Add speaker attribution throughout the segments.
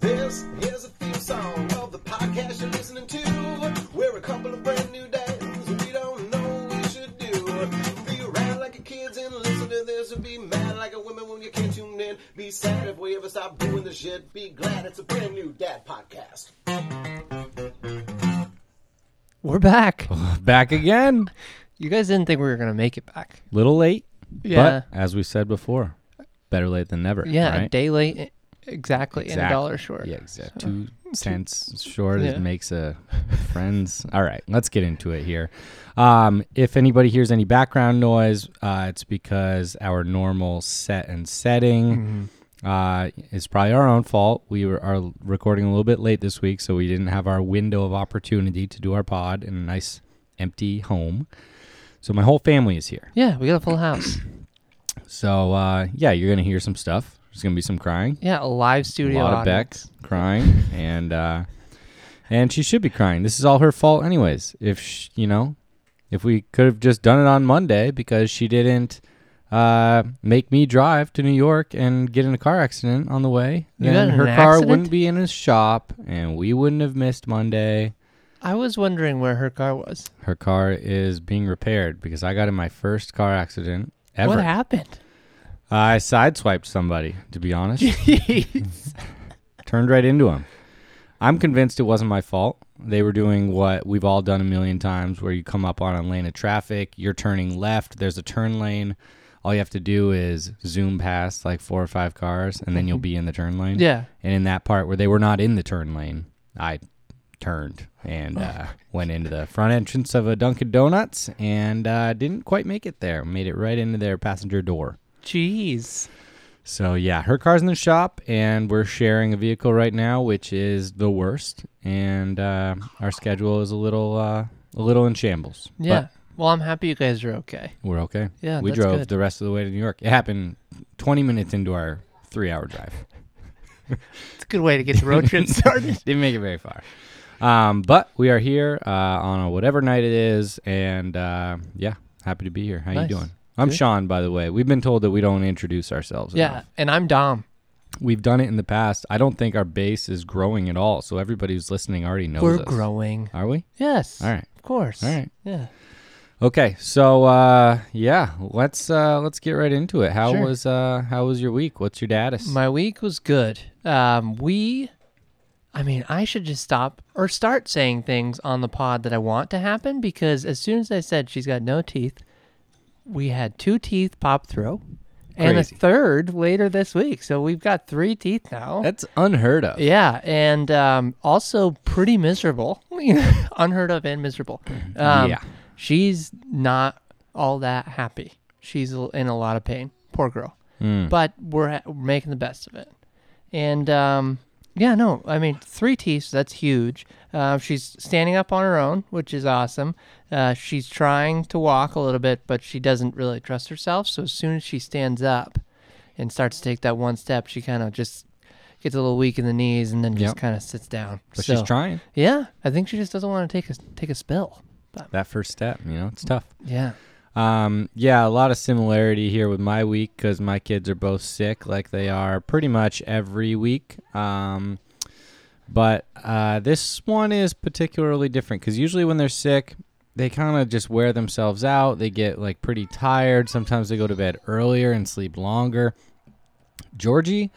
Speaker 1: this. Here's a theme song of the podcast you're listening to. We're a couple of brand new dads. We don't know what we should do. Be around like your kids and listen to this. And be mad like a woman when you can't tune in. Be sad if we ever stop doing the shit. Be glad it's a brand new dad podcast.
Speaker 2: We're back.
Speaker 3: Back again.
Speaker 2: You guys didn't think we were gonna make it back.
Speaker 3: Little late.
Speaker 2: Yeah.
Speaker 3: But as we said before, better late than never.
Speaker 2: yeah, a
Speaker 3: right?
Speaker 2: day late, e- exactly, and a
Speaker 3: Exact-
Speaker 2: dollar short.
Speaker 3: Yeah, exact. Two cents short
Speaker 2: Yeah.
Speaker 3: it makes a friends. All right, let's get into it here. Um, if anybody hears any background noise, uh, it's because our normal set and setting
Speaker 2: Mm-hmm.
Speaker 3: uh, is probably our own fault. We were, are recording a little bit late this week, so we didn't have our window of opportunity to do our pod in a nice empty home. So my whole family is here.
Speaker 2: Yeah, we got a full house.
Speaker 3: So uh, yeah, you're gonna hear some stuff. There's gonna be some crying.
Speaker 2: Yeah, a live studio.
Speaker 3: a lot of Beck
Speaker 2: audience.
Speaker 3: crying, and uh, and she should be crying. This is all her fault, anyways. If sh you know, if we could have just done it on Monday because she didn't uh, make me drive to New York and get in a car accident on the way,
Speaker 2: You
Speaker 3: then
Speaker 2: got in
Speaker 3: her
Speaker 2: an
Speaker 3: car
Speaker 2: accident?
Speaker 3: wouldn't be in his shop, and we wouldn't have missed Monday.
Speaker 2: I was wondering where her car was.
Speaker 3: Her car is being repaired because I got in my first car accident ever.
Speaker 2: What happened?
Speaker 3: I sideswiped somebody, to be honest. Turned right into him. I'm convinced it wasn't my fault. They were doing what we've all done a million times where you come up on a lane of traffic, you're turning left, there's a turn lane. All you have to do is zoom past like four or five cars, and then you'll be in the turn lane.
Speaker 2: Yeah.
Speaker 3: And in that part where they were not in the turn lane, I turned and uh, went into the front entrance of a Dunkin' Donuts and uh, didn't quite make it there. Made it right into their passenger door.
Speaker 2: Jeez.
Speaker 3: So yeah, her car's in the shop, and we're sharing a vehicle right now, which is the worst. And uh, our schedule is a little, uh, a little in shambles. But
Speaker 2: Yeah. well, I'm happy you guys are okay.
Speaker 3: we're okay.
Speaker 2: Yeah,
Speaker 3: we
Speaker 2: that's
Speaker 3: drove
Speaker 2: good.
Speaker 3: the rest of the way to New York. It happened 20 minutes into our three-hour drive.
Speaker 2: It's a good way to get the road trip started.
Speaker 3: Didn't make it very far. Um, but we are here uh, on a whatever night it is, and uh, yeah, happy to be here. How
Speaker 2: Nice.
Speaker 3: you doing? I'm
Speaker 2: Good.
Speaker 3: Sean, by the way. We've been told that we don't introduce ourselves. enough.
Speaker 2: yeah, and I'm Dom.
Speaker 3: We've done it in the past. I don't think our base is growing at all. So everybody who's listening already knows
Speaker 2: We're
Speaker 3: us.
Speaker 2: growing.
Speaker 3: Are we?
Speaker 2: Yes.
Speaker 3: All right.
Speaker 2: Of course.
Speaker 3: All right.
Speaker 2: Yeah.
Speaker 3: Okay. So uh, yeah, let's uh, let's get right into it. How
Speaker 2: Sure.
Speaker 3: was uh, how was your week? What's your status?
Speaker 2: My week was good. Um, we, I mean, I should just stop or start saying things on the pod that I want to happen because as soon as I said she's got no teeth, we had two teeth pop through and a
Speaker 3: Crazy.
Speaker 2: third later this week. So we've got three teeth now.
Speaker 3: That's unheard of.
Speaker 2: yeah, and um, also pretty miserable, unheard of and miserable. Um,
Speaker 3: Yeah.
Speaker 2: she's not all that happy. She's l- in a lot of pain. Poor girl. But we're, ha- we're making the best of it. And um, yeah, no, I mean, three teeth, that's huge. Uh, she's standing up on her own, which is awesome. Uh, she's trying to walk a little bit, but she doesn't really trust herself. So as soon as she stands up and starts to take that one step, she kind of just gets a little weak in the knees and then just
Speaker 3: Yep.
Speaker 2: kind of sits down.
Speaker 3: But
Speaker 2: So,
Speaker 3: she's trying
Speaker 2: Yeah, I think she just doesn't want to take a take a spill. But
Speaker 3: that first step. You know, it's tough.
Speaker 2: yeah.
Speaker 3: Um, yeah, a lot of similarity here with my week because my kids are both sick, like they are pretty much every week. Um, but uh, this one is particularly different because usually when they're sick, they kind of just wear themselves out. They get like pretty tired. Sometimes they go to bed earlier and sleep longer. Georgie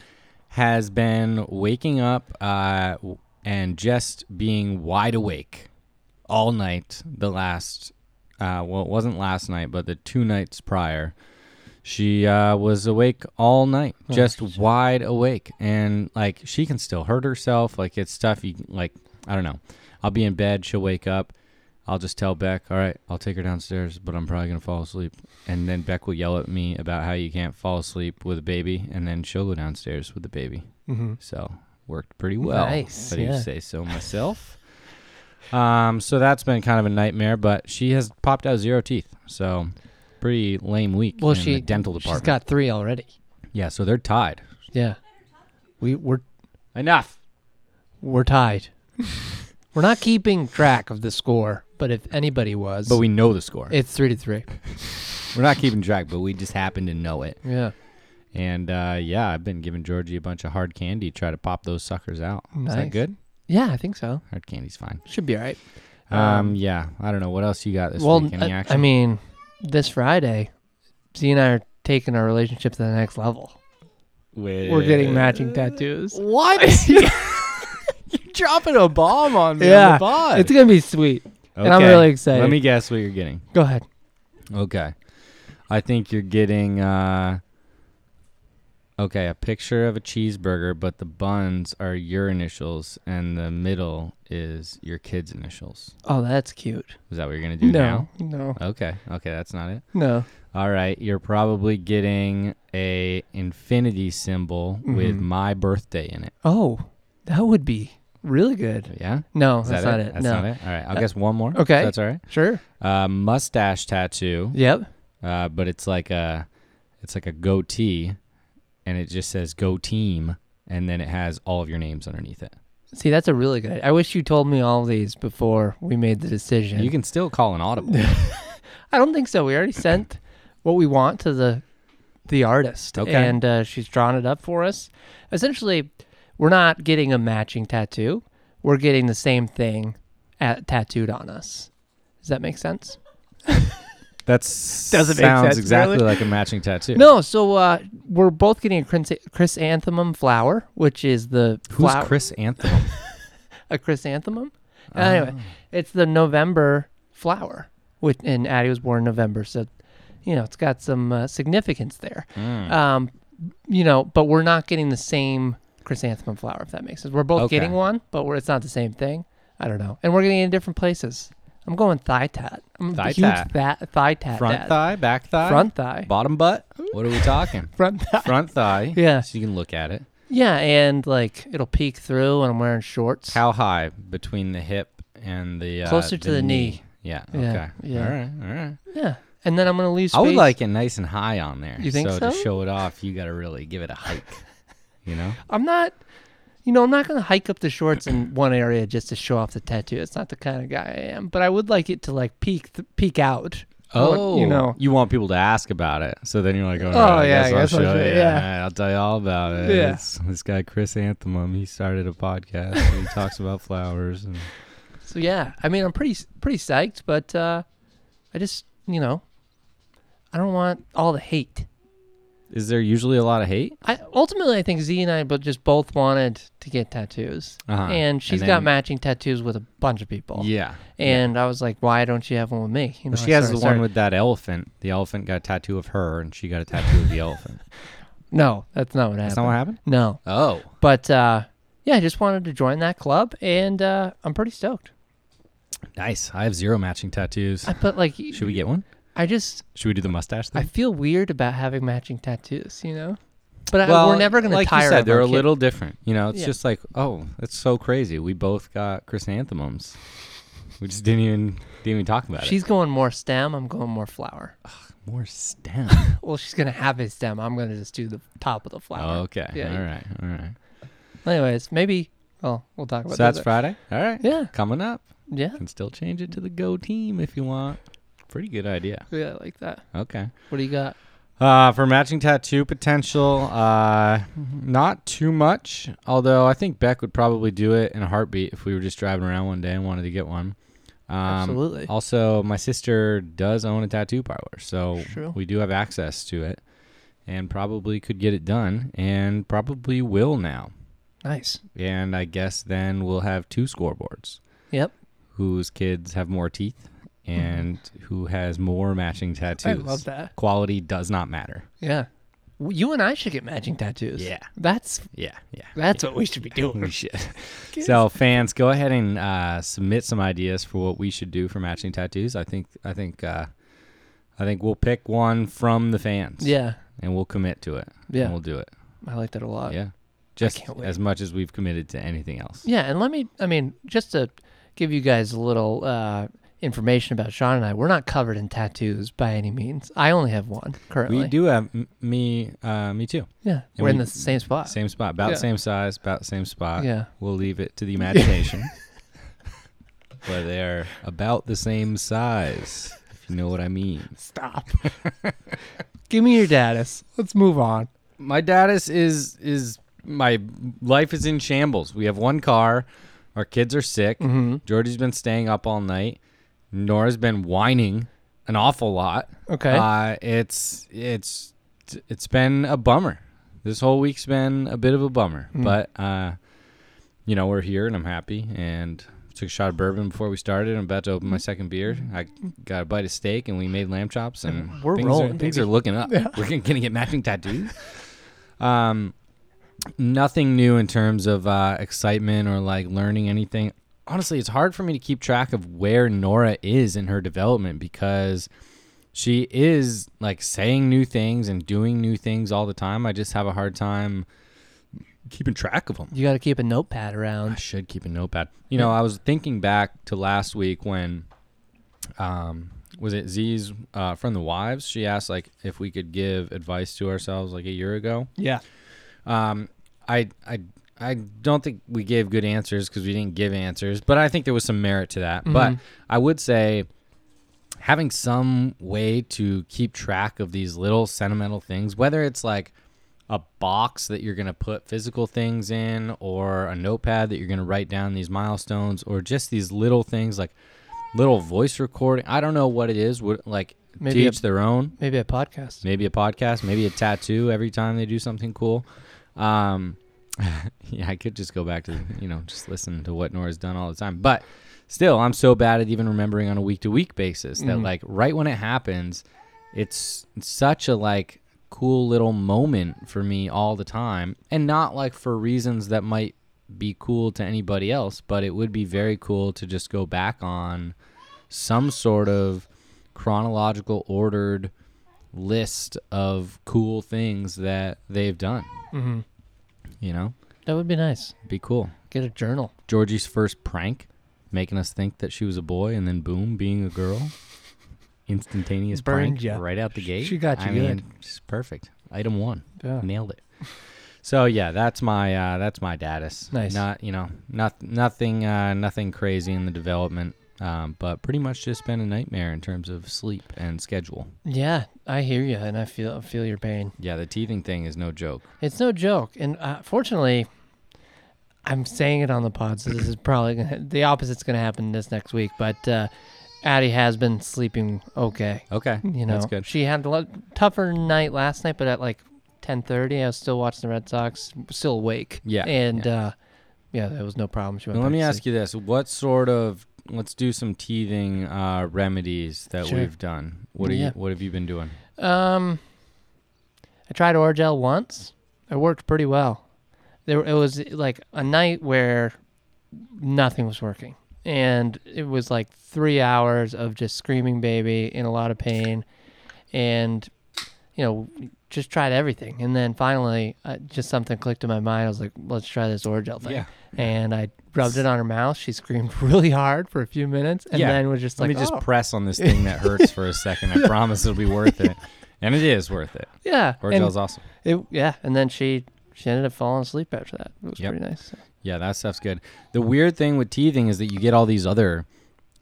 Speaker 3: has been waking up uh, w- and just being wide awake all night the last uh, well it wasn't last night but the two nights prior she uh, was awake all night just wide awake and like she can still hurt herself like it's stuff you like i don't know i'll be in bed she'll wake up i'll just tell beck all right i'll take her downstairs but i'm probably going to fall asleep and then beck will yell at me about how you can't fall asleep with a baby and then she'll go downstairs with the baby mm-hmm. so worked pretty well
Speaker 2: Nice,
Speaker 3: but you
Speaker 2: yeah.
Speaker 3: say so myself um, so that's been kind of a nightmare, but she has popped out zero teeth, so pretty lame week.
Speaker 2: Well,
Speaker 3: in
Speaker 2: she
Speaker 3: the dental department.
Speaker 2: She's got three already.
Speaker 3: yeah, so they're tied.
Speaker 2: Yeah, we we're
Speaker 3: Enough.
Speaker 2: we're tied. we're not keeping track of the score, but if anybody was,
Speaker 3: But we know the score.
Speaker 2: it's three to three.
Speaker 3: We're not keeping track, but we just happen to know it.
Speaker 2: Yeah,
Speaker 3: And uh, yeah, I've been giving Georgie a bunch of hard candy, try to pop those suckers out. Is that
Speaker 2: Nice.
Speaker 3: good?
Speaker 2: Yeah, I think so.
Speaker 3: Hard candy's fine.
Speaker 2: Should be all right.
Speaker 3: Um, yeah, I don't know what else you got this
Speaker 2: well,
Speaker 3: week. Any
Speaker 2: I,
Speaker 3: action?
Speaker 2: I mean, this Friday, Z and I are taking our relationship to the next level. We're getting matching tattoos.
Speaker 3: What?
Speaker 2: You're dropping a bomb on
Speaker 3: me on the pod.
Speaker 2: It's gonna be sweet. And I'm
Speaker 3: Okay,
Speaker 2: really excited.
Speaker 3: Let me guess what you're getting.
Speaker 2: Go ahead.
Speaker 3: Okay. I think you're getting uh okay, a picture of a cheeseburger, but the buns are your initials and the middle is your kid's initials.
Speaker 2: Oh, that's cute.
Speaker 3: Is that what you're gonna do
Speaker 2: no, no,
Speaker 3: now? Uh, Okay. Okay, that's not it.
Speaker 2: no.
Speaker 3: All right. You're probably getting a infinity symbol
Speaker 2: Mm-hmm.
Speaker 3: with my birthday in it.
Speaker 2: Oh, that would be really good.
Speaker 3: Yeah?
Speaker 2: No,
Speaker 3: Is
Speaker 2: that's
Speaker 3: that
Speaker 2: not it.
Speaker 3: That's
Speaker 2: no.
Speaker 3: not it. All right. I'll guess one more. if
Speaker 2: okay.
Speaker 3: that's all right.
Speaker 2: Sure.
Speaker 3: Uh, mustache tattoo.
Speaker 2: Yep.
Speaker 3: uh, but it's like a it's like a goatee, and it just says "Go Team," and then it has all of your names underneath it.
Speaker 2: See, that's a really good. I wish you told me all these before we made the decision.
Speaker 3: You can still call an audible.
Speaker 2: I don't think so. We already sent what we want to the the artist,
Speaker 3: Okay.
Speaker 2: and uh, she's drawn it up for us. Essentially, we're not getting a matching tattoo. We're getting the same thing at, tattooed on us. Does that make sense?
Speaker 3: That
Speaker 2: Doesn't
Speaker 3: sounds
Speaker 2: make sense,
Speaker 3: exactly
Speaker 2: really.
Speaker 3: like a matching tattoo.
Speaker 2: No. So uh, we're both getting a chrysa- chrysanthemum flower, which is the
Speaker 3: Who's
Speaker 2: flower,
Speaker 3: Chris Ah. Anthem?
Speaker 2: a chrysanthemum. Anyway, it's the November flower, which and Addie was born in November, so you know it's got some uh, significance there.
Speaker 3: Hmm.
Speaker 2: Um, you know, but we're not getting the same chrysanthemum flower, if that makes sense. We're both
Speaker 3: Okay.
Speaker 2: getting one, but we're, it's not the same thing. I don't know, and we're getting it in different places. I'm going thigh tat. I'm
Speaker 3: Thigh
Speaker 2: a huge
Speaker 3: tat.
Speaker 2: Tha- thigh tat.
Speaker 3: Front
Speaker 2: dad.
Speaker 3: thigh, back thigh,
Speaker 2: Front thigh.
Speaker 3: bottom butt. What are we talking?
Speaker 2: Front thigh.
Speaker 3: Front thigh.
Speaker 2: Yeah.
Speaker 3: So you can look at it.
Speaker 2: Yeah, and like it'll peek through, and I'm wearing shorts.
Speaker 3: How high between the hip and the uh,
Speaker 2: Closer to the knee.
Speaker 3: Yeah.
Speaker 2: Yeah,
Speaker 3: Okay.
Speaker 2: yeah.
Speaker 3: All right. All right.
Speaker 2: Yeah, and then I'm gonna leave. Space.
Speaker 3: I would like it nice and high on there.
Speaker 2: You think
Speaker 3: to
Speaker 2: so?
Speaker 3: show it off, you got to really give it a hike. you know.
Speaker 2: I'm not, you know, I'm not going to hike up the shorts in one area just to show off the tattoo. It's not the kind of guy I am. But I would like it to like peek th- peek out. I want-
Speaker 3: Oh.
Speaker 2: you know.
Speaker 3: you want people to ask about it, so then you're like, oh,
Speaker 2: Oh,
Speaker 3: yeah, I guess I'll show
Speaker 2: should,
Speaker 3: you.
Speaker 2: yeah.
Speaker 3: Alright, I'll tell you all about it.
Speaker 2: Yeah.
Speaker 3: It's- this guy Chris Anthemum, he started a podcast. and he talks about flowers. And
Speaker 2: So yeah, I mean, I'm pretty s- pretty psyched, but uh, I just you know, I don't want all the hate.
Speaker 3: is there usually a lot of hate?
Speaker 2: I ultimately I think Z and I but just both wanted to get tattoos,
Speaker 3: Uh-huh.
Speaker 2: and she's
Speaker 3: And
Speaker 2: got
Speaker 3: then-
Speaker 2: matching tattoos with a bunch of people.
Speaker 3: Yeah,
Speaker 2: And I was like, why don't you have one with me? You know,
Speaker 3: well,
Speaker 2: I
Speaker 3: she has
Speaker 2: sorta
Speaker 3: the one
Speaker 2: started-
Speaker 3: with that elephant. The elephant got a tattoo of her, and she got a tattoo of the elephant.
Speaker 2: No, that's not what happened.
Speaker 3: That's not what happened.
Speaker 2: no,
Speaker 3: Oh,
Speaker 2: But uh, yeah, I just wanted to join that club, and uh, I'm pretty stoked.
Speaker 3: nice. I have zero matching tattoos.
Speaker 2: I put like,
Speaker 3: Should we get one?
Speaker 2: I just
Speaker 3: Should we do the mustache
Speaker 2: I
Speaker 3: thing?
Speaker 2: feel weird about having matching tattoos, you know. But
Speaker 3: Well,
Speaker 2: I, we're never gonna
Speaker 3: like
Speaker 2: tire.
Speaker 3: you said,
Speaker 2: of
Speaker 3: they're
Speaker 2: our
Speaker 3: a
Speaker 2: kid.
Speaker 3: little different. You know, it's
Speaker 2: Yeah.
Speaker 3: just like, oh, that's so crazy. We both got chrysanthemums. We just didn't even didn't even talk about
Speaker 2: She's going more stem. I'm going more flower.
Speaker 3: it. More stem.
Speaker 2: Well, she's gonna have a stem. I'm gonna just do the top of the flower.
Speaker 3: Oh, okay.
Speaker 2: Yeah.
Speaker 3: All right. All right.
Speaker 2: Anyways, maybe. Well, we'll talk
Speaker 3: So
Speaker 2: about
Speaker 3: that's
Speaker 2: that.
Speaker 3: Friday. All right.
Speaker 2: Yeah.
Speaker 3: Coming up.
Speaker 2: Yeah.
Speaker 3: Can still change it to the Go team if you want. Pretty good idea.
Speaker 2: Yeah, I like that.
Speaker 3: Okay.
Speaker 2: What do you got?
Speaker 3: Uh, for matching tattoo potential, uh, not too much. Although I think Beck would probably do it in a heartbeat if we were just driving around one day and wanted to get one. Um,
Speaker 2: Absolutely.
Speaker 3: Also, my sister does own a tattoo parlor, so
Speaker 2: True.
Speaker 3: we do have access to it, and probably could get it done, and probably will now.
Speaker 2: Nice.
Speaker 3: And I guess then we'll have two scoreboards.
Speaker 2: Yep.
Speaker 3: Whose kids have more teeth, and who has more matching tattoos.
Speaker 2: Mm-hmm. that.
Speaker 3: Quality does not matter.
Speaker 2: Yeah. W- You and I should get matching tattoos.
Speaker 3: Yeah.
Speaker 2: That's
Speaker 3: Yeah, yeah.
Speaker 2: that's what we should be doing.
Speaker 3: We should. so fans, go ahead and uh, submit some ideas for what we should do for matching tattoos. I think I think uh, I think we'll pick one from the fans.
Speaker 2: Yeah.
Speaker 3: and we'll commit to it.
Speaker 2: Yeah. Uh,
Speaker 3: and we'll do it.
Speaker 2: I like that a lot.
Speaker 3: Yeah, just
Speaker 2: can't wait.
Speaker 3: as much as we've committed to anything else.
Speaker 2: Yeah, and let me, I mean, just to give you guys a little uh, information about Sean and I, we're not covered in tattoos by any means. I only have one currently.
Speaker 3: We do have m- me, uh, me too.
Speaker 2: Yeah,
Speaker 3: And
Speaker 2: we're in
Speaker 3: we-
Speaker 2: the same spot.
Speaker 3: Same spot, about
Speaker 2: Yeah.
Speaker 3: same size, about same spot.
Speaker 2: Yeah.
Speaker 3: we'll leave it to the imagination. but they're about the same size. If you know what I mean.
Speaker 2: Stop. give me your datus. Let's move on.
Speaker 3: my status is is my life is in shambles. We have one car. Our kids are sick. Georgie's been staying up all night. Nora's been whining an awful lot.
Speaker 2: Okay.
Speaker 3: Uh, it's it's it's been a bummer. This whole week's been a bit of a bummer, but uh, you know we're here and I'm happy. And took a shot of bourbon before we started. I'm about to open my second beer. I got a bite of steak and we made lamb chops and
Speaker 2: We're
Speaker 3: things
Speaker 2: rolling,
Speaker 3: Are, things are looking up. We're gonna get matching tattoos. Um, nothing new in terms of uh, excitement or like learning anything. Honestly, it's hard for me to keep track of where Nora is in her development because she is like saying new things and doing new things all the time. I just have a hard time keeping track of them.
Speaker 2: You got to keep a notepad
Speaker 3: I
Speaker 2: around.
Speaker 3: should keep a notepad. You know, I was thinking back to last week when, um, was it Z's uh, from the wives? She asked like if we could give advice to ourselves like a year ago.
Speaker 2: Yeah.
Speaker 3: Um, I I I don't think we gave good answers because we didn't give answers, but I think there was some merit to that. But I would say having some way to keep track of these little sentimental things, whether it's like a box that you're going to put physical things in or a notepad that you're going to write down these milestones or just these little things like little voice recording. I don't know what it is, what like
Speaker 2: Maybe a-
Speaker 3: teach their own
Speaker 2: Maybe a podcast.
Speaker 3: maybe a podcast, maybe a tattoo every time they do something cool. Um, yeah, I could just go back to you know just listen to what Nora's done all the time, but still, I'm so bad at even remembering on a week to week basis that like right when it happens, it's such a like cool little moment for me all the time, and not like for reasons that might be cool to anybody else, but it would be very cool to just go back on some sort of chronological ordered list of cool things that they've done.
Speaker 2: Mhm.
Speaker 3: You know,
Speaker 2: That would be nice.
Speaker 3: be cool.
Speaker 2: Get a journal.
Speaker 3: Georgie's first prank, making us think that she was a boy, and then boom, being a girl. Instantaneous
Speaker 2: Burned
Speaker 3: prank
Speaker 2: ya.
Speaker 3: right out the gate.
Speaker 2: she got you
Speaker 3: I
Speaker 2: good.
Speaker 3: mean, just perfect. Item one,
Speaker 2: Yeah.
Speaker 3: nailed it. So yeah, that's my uh, that's my datus.
Speaker 2: Nice.
Speaker 3: Not you know not nothing uh, nothing crazy in the development, um, but pretty much just been a nightmare in terms of sleep and schedule.
Speaker 2: Yeah, I hear you, and I feel I feel your pain.
Speaker 3: Yeah, the teething thing is no joke.
Speaker 2: It's no joke, and uh, fortunately, I'm saying it on the pod, so this is probably gonna, the opposite's going to happen this next week. But uh, Addie has been sleeping okay.
Speaker 3: Okay,
Speaker 2: You know,
Speaker 3: that's good.
Speaker 2: she had a lot tougher night last night, but at like 10:30, I was still watching the Red Sox, still awake.
Speaker 3: Yeah,
Speaker 2: and Uh, yeah, there was no problem. She went.
Speaker 3: Now, let
Speaker 2: back
Speaker 3: me
Speaker 2: to
Speaker 3: ask
Speaker 2: sleep.
Speaker 3: you this: What sort of let's do some teething uh, remedies that
Speaker 2: Sure.
Speaker 3: we've done? What are
Speaker 2: Yeah.
Speaker 3: you? What have you been doing?
Speaker 2: Um, I tried Orgel once. It worked pretty well. There, it was like a night where nothing was working, and it was like three hours of just screaming baby in a lot of pain, and you know, just tried everything, and then finally, uh, just something clicked in my mind. I was like, let's try this Orgel thing,
Speaker 3: Yeah.
Speaker 2: and I rubbed it on her mouth. She screamed really hard for a few minutes, and
Speaker 3: Yeah.
Speaker 2: then was just
Speaker 3: Let
Speaker 2: like,
Speaker 3: me just
Speaker 2: "Oh."
Speaker 3: press on this thing that hurts for a second. I promise it'll be worth it, and it is worth it.
Speaker 2: yeah, and-
Speaker 3: Orgel's awesome.
Speaker 2: It yeah, and then she she ended up falling asleep after that. It was
Speaker 3: Yep.
Speaker 2: pretty nice. so.
Speaker 3: Yeah, that stuff's good. The weird thing with teething is that you get all these other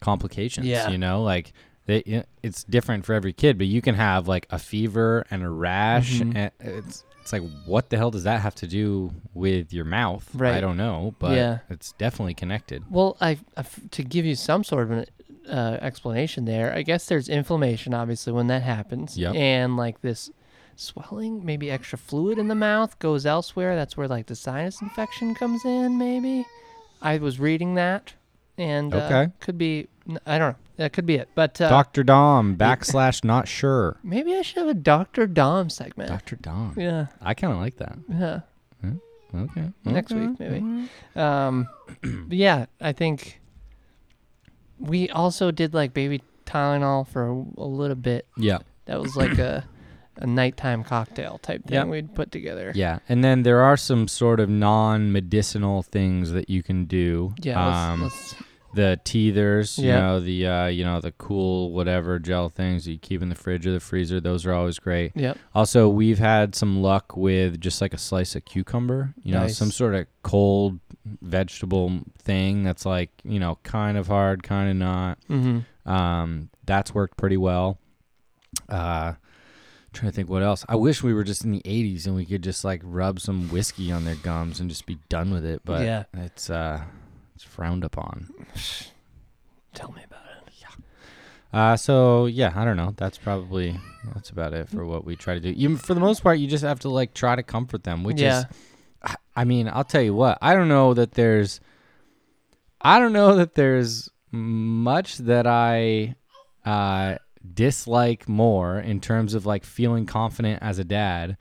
Speaker 3: complications.
Speaker 2: Yeah.
Speaker 3: You know, like they, it's different for every kid, but you can have like a fever and a rash,
Speaker 2: Mm-hmm.
Speaker 3: and it's it's like what the hell does that have to do with your mouth? I
Speaker 2: Right.
Speaker 3: don't know, but
Speaker 2: Yeah.
Speaker 3: it's definitely connected.
Speaker 2: Well, I, I f- to give you some sort of an uh, explanation there. I guess there's inflammation, obviously, when that happens,
Speaker 3: Yep.
Speaker 2: and like this swelling, maybe extra fluid in the mouth goes elsewhere. That's where like the sinus infection comes in. Maybe I was reading that, and uh,
Speaker 3: Okay.
Speaker 2: could be n- I don't know. That could be it. But uh,
Speaker 3: Doctor Dom backslash not sure.
Speaker 2: maybe I should have a Doctor Dom segment.
Speaker 3: Doctor Dom.
Speaker 2: yeah,
Speaker 3: I kind of like that.
Speaker 2: yeah.
Speaker 3: Okay.
Speaker 2: next
Speaker 3: okay.
Speaker 2: week maybe. Um, but yeah, I think we also did like baby Tylenol for a, a little bit.
Speaker 3: Yeah.
Speaker 2: That was like a a nighttime cocktail type thing
Speaker 3: Yep.
Speaker 2: we'd put together.
Speaker 3: Yeah, and then there are some sort of non-medicinal things that you can do.
Speaker 2: Yeah,
Speaker 3: Um,
Speaker 2: let's, let's,
Speaker 3: the teethers, you
Speaker 2: Yeah.
Speaker 3: know, the uh, you know the cool whatever gel things that you keep in the fridge or the freezer. Those are always great.
Speaker 2: yep.
Speaker 3: Also, we've had some luck with just like a slice of cucumber, you know,
Speaker 2: Nice.
Speaker 3: some sort of cold vegetable thing that's like you know kind of hard, kind of not.
Speaker 2: Mm-hmm.
Speaker 3: Um, that's worked pretty well. Uh, trying to think what else. I wish we were just in the 80s and we could just like rub some whiskey on their gums and just be done with it. But
Speaker 2: Yeah.
Speaker 3: it's uh, it's frowned upon.
Speaker 2: Tell me about it.
Speaker 3: Uh, so yeah, I don't know. That's probably that's about it for what we try to do. You, for the most part, you just have to like try to comfort them, which
Speaker 2: Yeah.
Speaker 3: is, I- I mean, I'll tell you what. I don't know that there's, I don't know that there's much that I uh, dislike more in terms of like feeling confident as a dad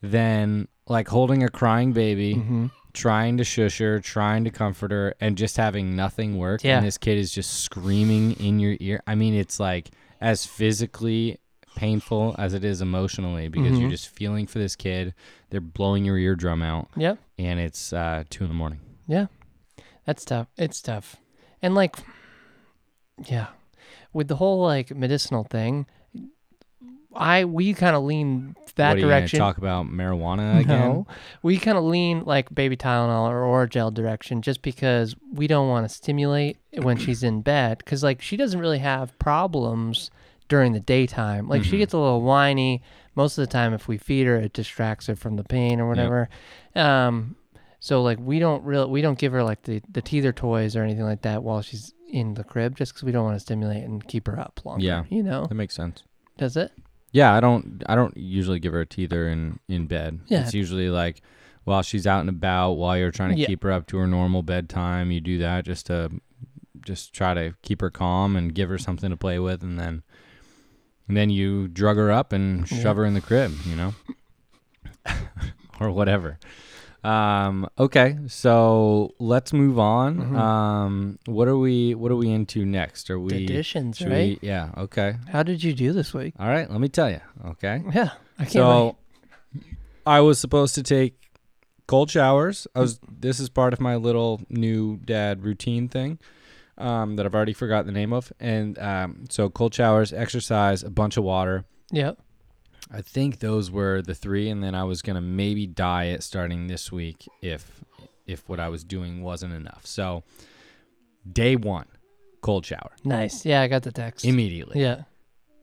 Speaker 3: than like holding a crying baby. Trying to shush her, trying to comfort her, and just having nothing work.
Speaker 2: Yeah.
Speaker 3: And this kid is just screaming in your ear. I mean, it's like as physically painful as it is emotionally because you're just feeling for this kid. They're blowing your eardrum out,
Speaker 2: Yep.
Speaker 3: and it's uh, two in the morning.
Speaker 2: Yeah. That's tough. It's tough. And like yeah. With the whole like medicinal thing, I we kind of lean that
Speaker 3: what are
Speaker 2: direction.
Speaker 3: you gonna talk about marijuana again?
Speaker 2: no. We kind of lean like baby Tylenol or Oragel direction just because we don't want to stimulate when she's in bed cuz like she doesn't really have problems during the daytime. Like
Speaker 3: Mm-hmm.
Speaker 2: she gets a little whiny most of the time if we feed her it distracts her from the pain or whatever. Um so like we don't real we don't give her like the the teether toys or anything like that while she's in the crib just cuz we don't want to stimulate and keep her up longer.
Speaker 3: Yeah.
Speaker 2: You know.
Speaker 3: That makes sense.
Speaker 2: Does it?
Speaker 3: Yeah, I don't. I don't usually give her a teether in in bed.
Speaker 2: Yeah.
Speaker 3: It's usually like while she's out and about, while you're trying to
Speaker 2: Yeah.
Speaker 3: keep her up to her normal bedtime. You do that just to just try to keep her calm and give her something to play with, and then and then you drug her up and shove her in the crib, you know, or whatever. Um, okay, so let's move on.
Speaker 2: Mm-hmm.
Speaker 3: Um, what are we What are we into next? Are we
Speaker 2: Additions,
Speaker 3: should
Speaker 2: right?
Speaker 3: We, yeah. Okay.
Speaker 2: How did you do this week?
Speaker 3: All right. Let me tell you. Okay.
Speaker 2: Yeah. I can't wait.
Speaker 3: So I was supposed to take cold showers. I was this is part of my little new dad routine thing. Um, that I've already forgotten the name of, and um, so cold showers, exercise, a bunch of water.
Speaker 2: Yep.
Speaker 3: I think those were the three, and then I was gonna maybe diet starting this week if if what I was doing wasn't enough. So day one, cold shower
Speaker 2: Nice. Yeah, I got the text.
Speaker 3: immediately
Speaker 2: Yeah.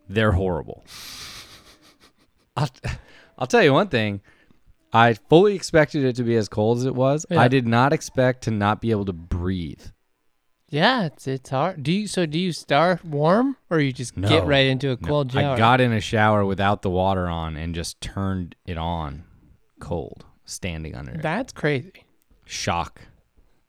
Speaker 3: they're horrible. I'll, I'll tell you one thing. I fully expected it to be as cold as it was.
Speaker 2: Yeah.
Speaker 3: I did not expect to not be able to breathe.
Speaker 2: Yeah, it's it's hard. Do you so do you start warm or you just
Speaker 3: No.
Speaker 2: get right into a
Speaker 3: No,
Speaker 2: cold shower?
Speaker 3: I got in a shower without the water on and just turned it on cold, standing under it.
Speaker 2: That's crazy.
Speaker 3: Shock.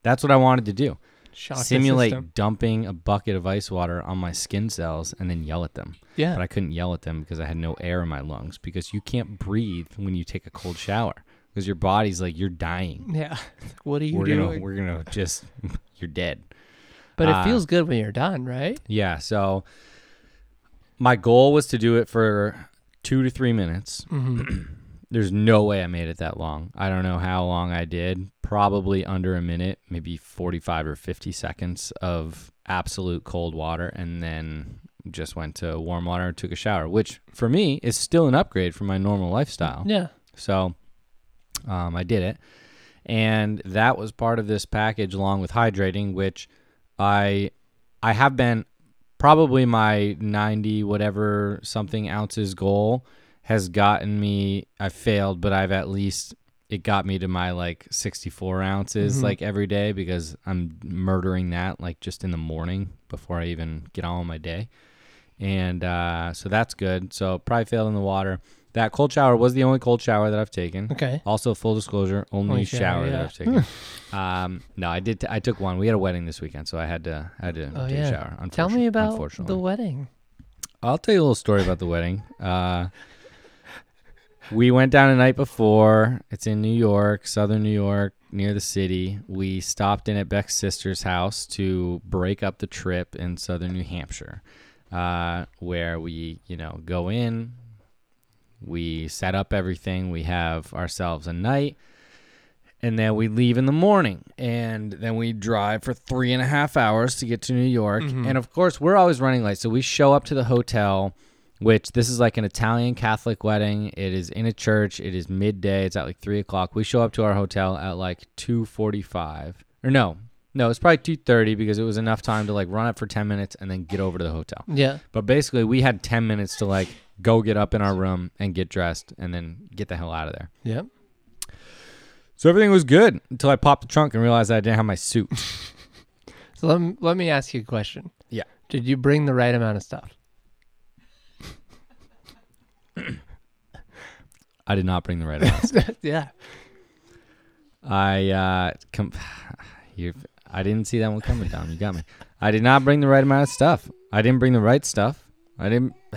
Speaker 3: That's what I wanted to do.
Speaker 2: Shock the
Speaker 3: Simulate
Speaker 2: system.
Speaker 3: dumping a bucket of ice water on my skin cells and then yell at them.
Speaker 2: Yeah.
Speaker 3: but I couldn't yell at them because I had no air in my lungs because you can't breathe when you take a cold shower because your body's like you're dying.
Speaker 2: yeah. What are you
Speaker 3: we're gonna
Speaker 2: doing?
Speaker 3: we're gonna just you're dead.
Speaker 2: But
Speaker 3: uh,
Speaker 2: it feels good when you're done, right?
Speaker 3: Yeah, so my goal was to do it for 2 to 3 minutes. There's no way I made it that long. I don't know how long I did. Probably under a minute, maybe 45 or 50 seconds of absolute cold water and then just went to warm water and took a shower, which for me is still an upgrade from my normal lifestyle.
Speaker 2: Yeah.
Speaker 3: So um, I did it. And that was part of this package along with hydrating, which I I have been probably my 90 whatever something ounces goal has gotten me I failed, but I've at least it got me to my like 64 ounces like every day because I'm murdering that like just in the morning before I even get on with my day and uh, so that's good. So probably failed in the water. That cold shower was the only cold shower that I've taken.
Speaker 2: Okay.
Speaker 3: Also, full disclosure, only,
Speaker 2: Only
Speaker 3: shower,
Speaker 2: shower,
Speaker 3: that
Speaker 2: yeah.
Speaker 3: I've taken. um, no, I did. T- I took one. We had a wedding this weekend, so I had to. I had to
Speaker 2: Oh
Speaker 3: take
Speaker 2: yeah.
Speaker 3: a shower.
Speaker 2: Tell me
Speaker 3: unfortun-
Speaker 2: about
Speaker 3: Unfortunately.
Speaker 2: the wedding.
Speaker 3: I'll tell you a little story about the wedding. Uh, we went down the night before. It's in New York, southern New York, near the city. We stopped in at Beck's sister's house to break up the trip in southern New Hampshire, uh, where we, you know, go in, we set up everything, we have ourselves a night. And then we leave in the morning, and then we drive for three and a half hours to get to New York. And of course, we're always running late, so we show up to the hotel, which this is like an Italian Catholic wedding. It is in a church. It is midday. It's at like three o'clock. We show up to our hotel at like two forty-five, or no, No, it's probably two thirty because it was enough time to like run up for ten minutes and then get over to the hotel.
Speaker 2: Yeah.
Speaker 3: But basically, we had ten minutes to like go get up in our room and get dressed and then get the hell out of there.
Speaker 2: Yeah.
Speaker 3: So everything was good until I popped the trunk and realized I didn't have my suit.
Speaker 2: So let me, let me ask you a question.
Speaker 3: Yeah.
Speaker 2: Did you bring the right amount of stuff?
Speaker 3: I did not bring the right amount.
Speaker 2: yeah.
Speaker 3: I uh, com- you I didn't see that one coming, Dom. You got me. I did not bring the right amount of stuff. I didn't bring the right stuff. I didn't.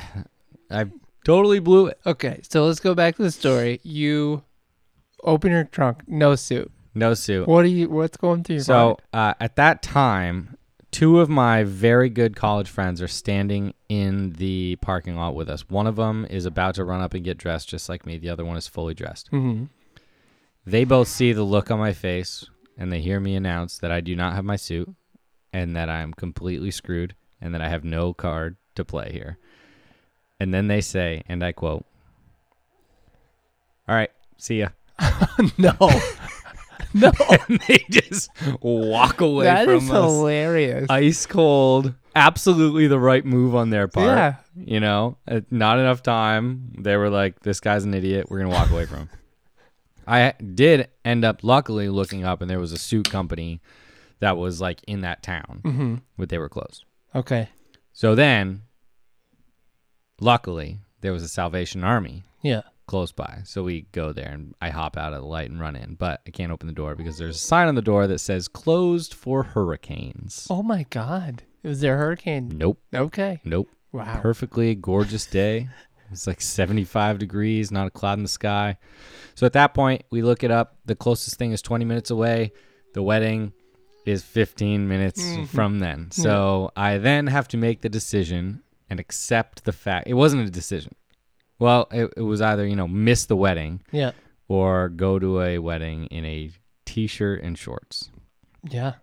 Speaker 3: I totally blew it.
Speaker 2: Okay. So let's go back to the story. You open your trunk, no suit.
Speaker 3: No suit.
Speaker 2: What are you? What's going through your
Speaker 3: So uh, at that time, two of my very good college friends are standing in the parking lot with us. One of them is about to run up and get dressed, just like me. The other one is fully dressed.
Speaker 2: mind? Mm-hmm.
Speaker 3: They both see the look on my face and they hear me announce that I do not have my suit and that I'm completely screwed and that I have no card to play here. And then they say, and I quote, All right, see ya.
Speaker 2: Mhm. No. no.
Speaker 3: And they just walk away
Speaker 2: That
Speaker 3: from
Speaker 2: is
Speaker 3: us.
Speaker 2: hilarious.
Speaker 3: Ice cold. Absolutely the right move on their part.
Speaker 2: Yeah.
Speaker 3: You know, Uh, not enough time. They were like, this guy's an idiot. We're going to walk away from him. I did end up luckily looking up, and there was a suit company that was like in that town, but they were closed.
Speaker 2: okay.
Speaker 3: So then, luckily, there was a Salvation Army
Speaker 2: Yeah.
Speaker 3: close by. So we go there and I hop out of the light and run in, but I can't open the door because there's a sign on the door that says closed for hurricanes.
Speaker 2: Oh my God. It was their hurricane.
Speaker 3: Nope.
Speaker 2: Okay.
Speaker 3: Nope.
Speaker 2: Wow.
Speaker 3: Perfectly gorgeous day. It's like 75 degrees, not a cloud in the sky. So at that point, we look it up. The closest thing is 20 minutes away. The wedding is 15 minutes
Speaker 2: Mm-hmm.
Speaker 3: from then. So I then have to make the decision and accept the fact. It wasn't a decision. Well, it, it was either, you know, miss the wedding
Speaker 2: Yeah.
Speaker 3: or go to a wedding in a t shirt and shorts.
Speaker 2: Yeah.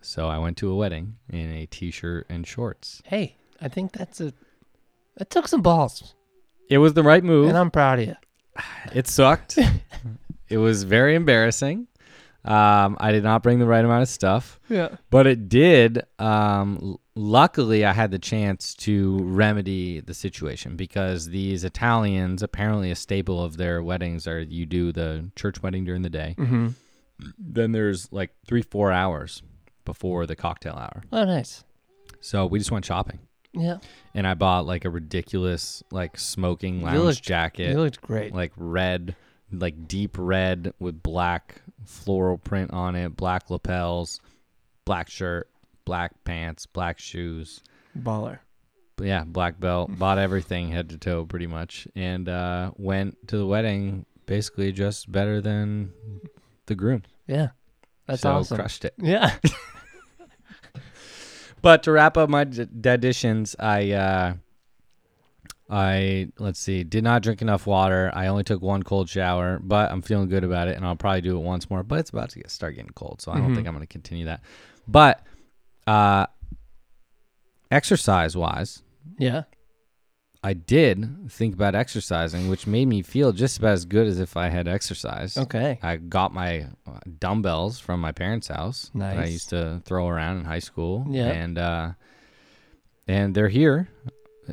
Speaker 3: So I went to a wedding in a t shirt and shorts.
Speaker 2: Hey, I think that's a. That took some balls,
Speaker 3: It was the right move.
Speaker 2: and I'm proud of you.
Speaker 3: It sucked. it was very embarrassing. Um, I did not bring the right amount of stuff,
Speaker 2: Yeah.
Speaker 3: but it did. Um, l- luckily, I had the chance to remedy the situation because these Italians, apparently a staple of their weddings, are you do the church wedding during the day. Then there's like three, four hours before the cocktail hour.
Speaker 2: Oh, nice.
Speaker 3: So we just went shopping.
Speaker 2: Yeah.
Speaker 3: And I bought like a ridiculous, like smoking lounge
Speaker 2: looked-
Speaker 3: jacket
Speaker 2: You looked great.
Speaker 3: like red, like deep red with black floral print on it, black lapels, black shirt, black pants, black shoes.
Speaker 2: Baller.
Speaker 3: But yeah, black belt. Bought everything head to toe pretty much, and uh, went to the wedding basically just better than the groom.
Speaker 2: Yeah. That's
Speaker 3: so
Speaker 2: awesome.
Speaker 3: crushed it.
Speaker 2: Yeah.
Speaker 3: But to wrap up my d- additions, I uh, I let's see, did not drink enough water. I only took one cold shower, but I'm feeling good about it, and I'll probably do it once more. But it's about to get, start getting cold, so I don't think I'm going to continue that. But uh, exercise wise,
Speaker 2: Yeah.
Speaker 3: I did think about exercising, which made me feel just about as good as if I had exercised.
Speaker 2: Okay.
Speaker 3: I got my uh, dumbbells from my parents' house that I
Speaker 2: Nice.
Speaker 3: used to throw around in high school.
Speaker 2: Yeah.
Speaker 3: and uh, and they're here.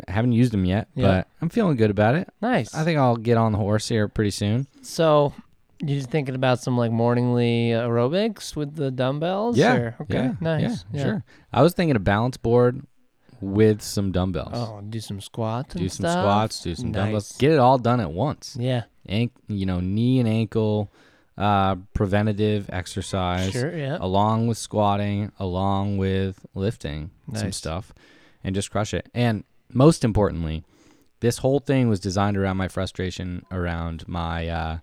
Speaker 3: I haven't used them yet,
Speaker 2: Yeah.
Speaker 3: but I'm feeling good about it.
Speaker 2: Nice.
Speaker 3: I think I'll get on the horse here pretty soon.
Speaker 2: so. You just thinking about some like morningly aerobics with the dumbbells? or- okay.
Speaker 3: yeah,
Speaker 2: Nice.
Speaker 3: yeah,
Speaker 2: Yeah.
Speaker 3: Sure. I was thinking a balance board with some dumbbells.
Speaker 2: Oh, do some squats.
Speaker 3: do
Speaker 2: and
Speaker 3: some
Speaker 2: stuff?
Speaker 3: squats. Do some dumbbells.
Speaker 2: Nice.
Speaker 3: Get it all done at once.
Speaker 2: Yeah.
Speaker 3: Ank, you know, knee and ankle uh, preventative exercise.
Speaker 2: Sure. Yeah.
Speaker 3: along with squatting, along with lifting some
Speaker 2: Nice.
Speaker 3: stuff, and just crush it. And most importantly, this whole thing was designed around my frustration around my uh,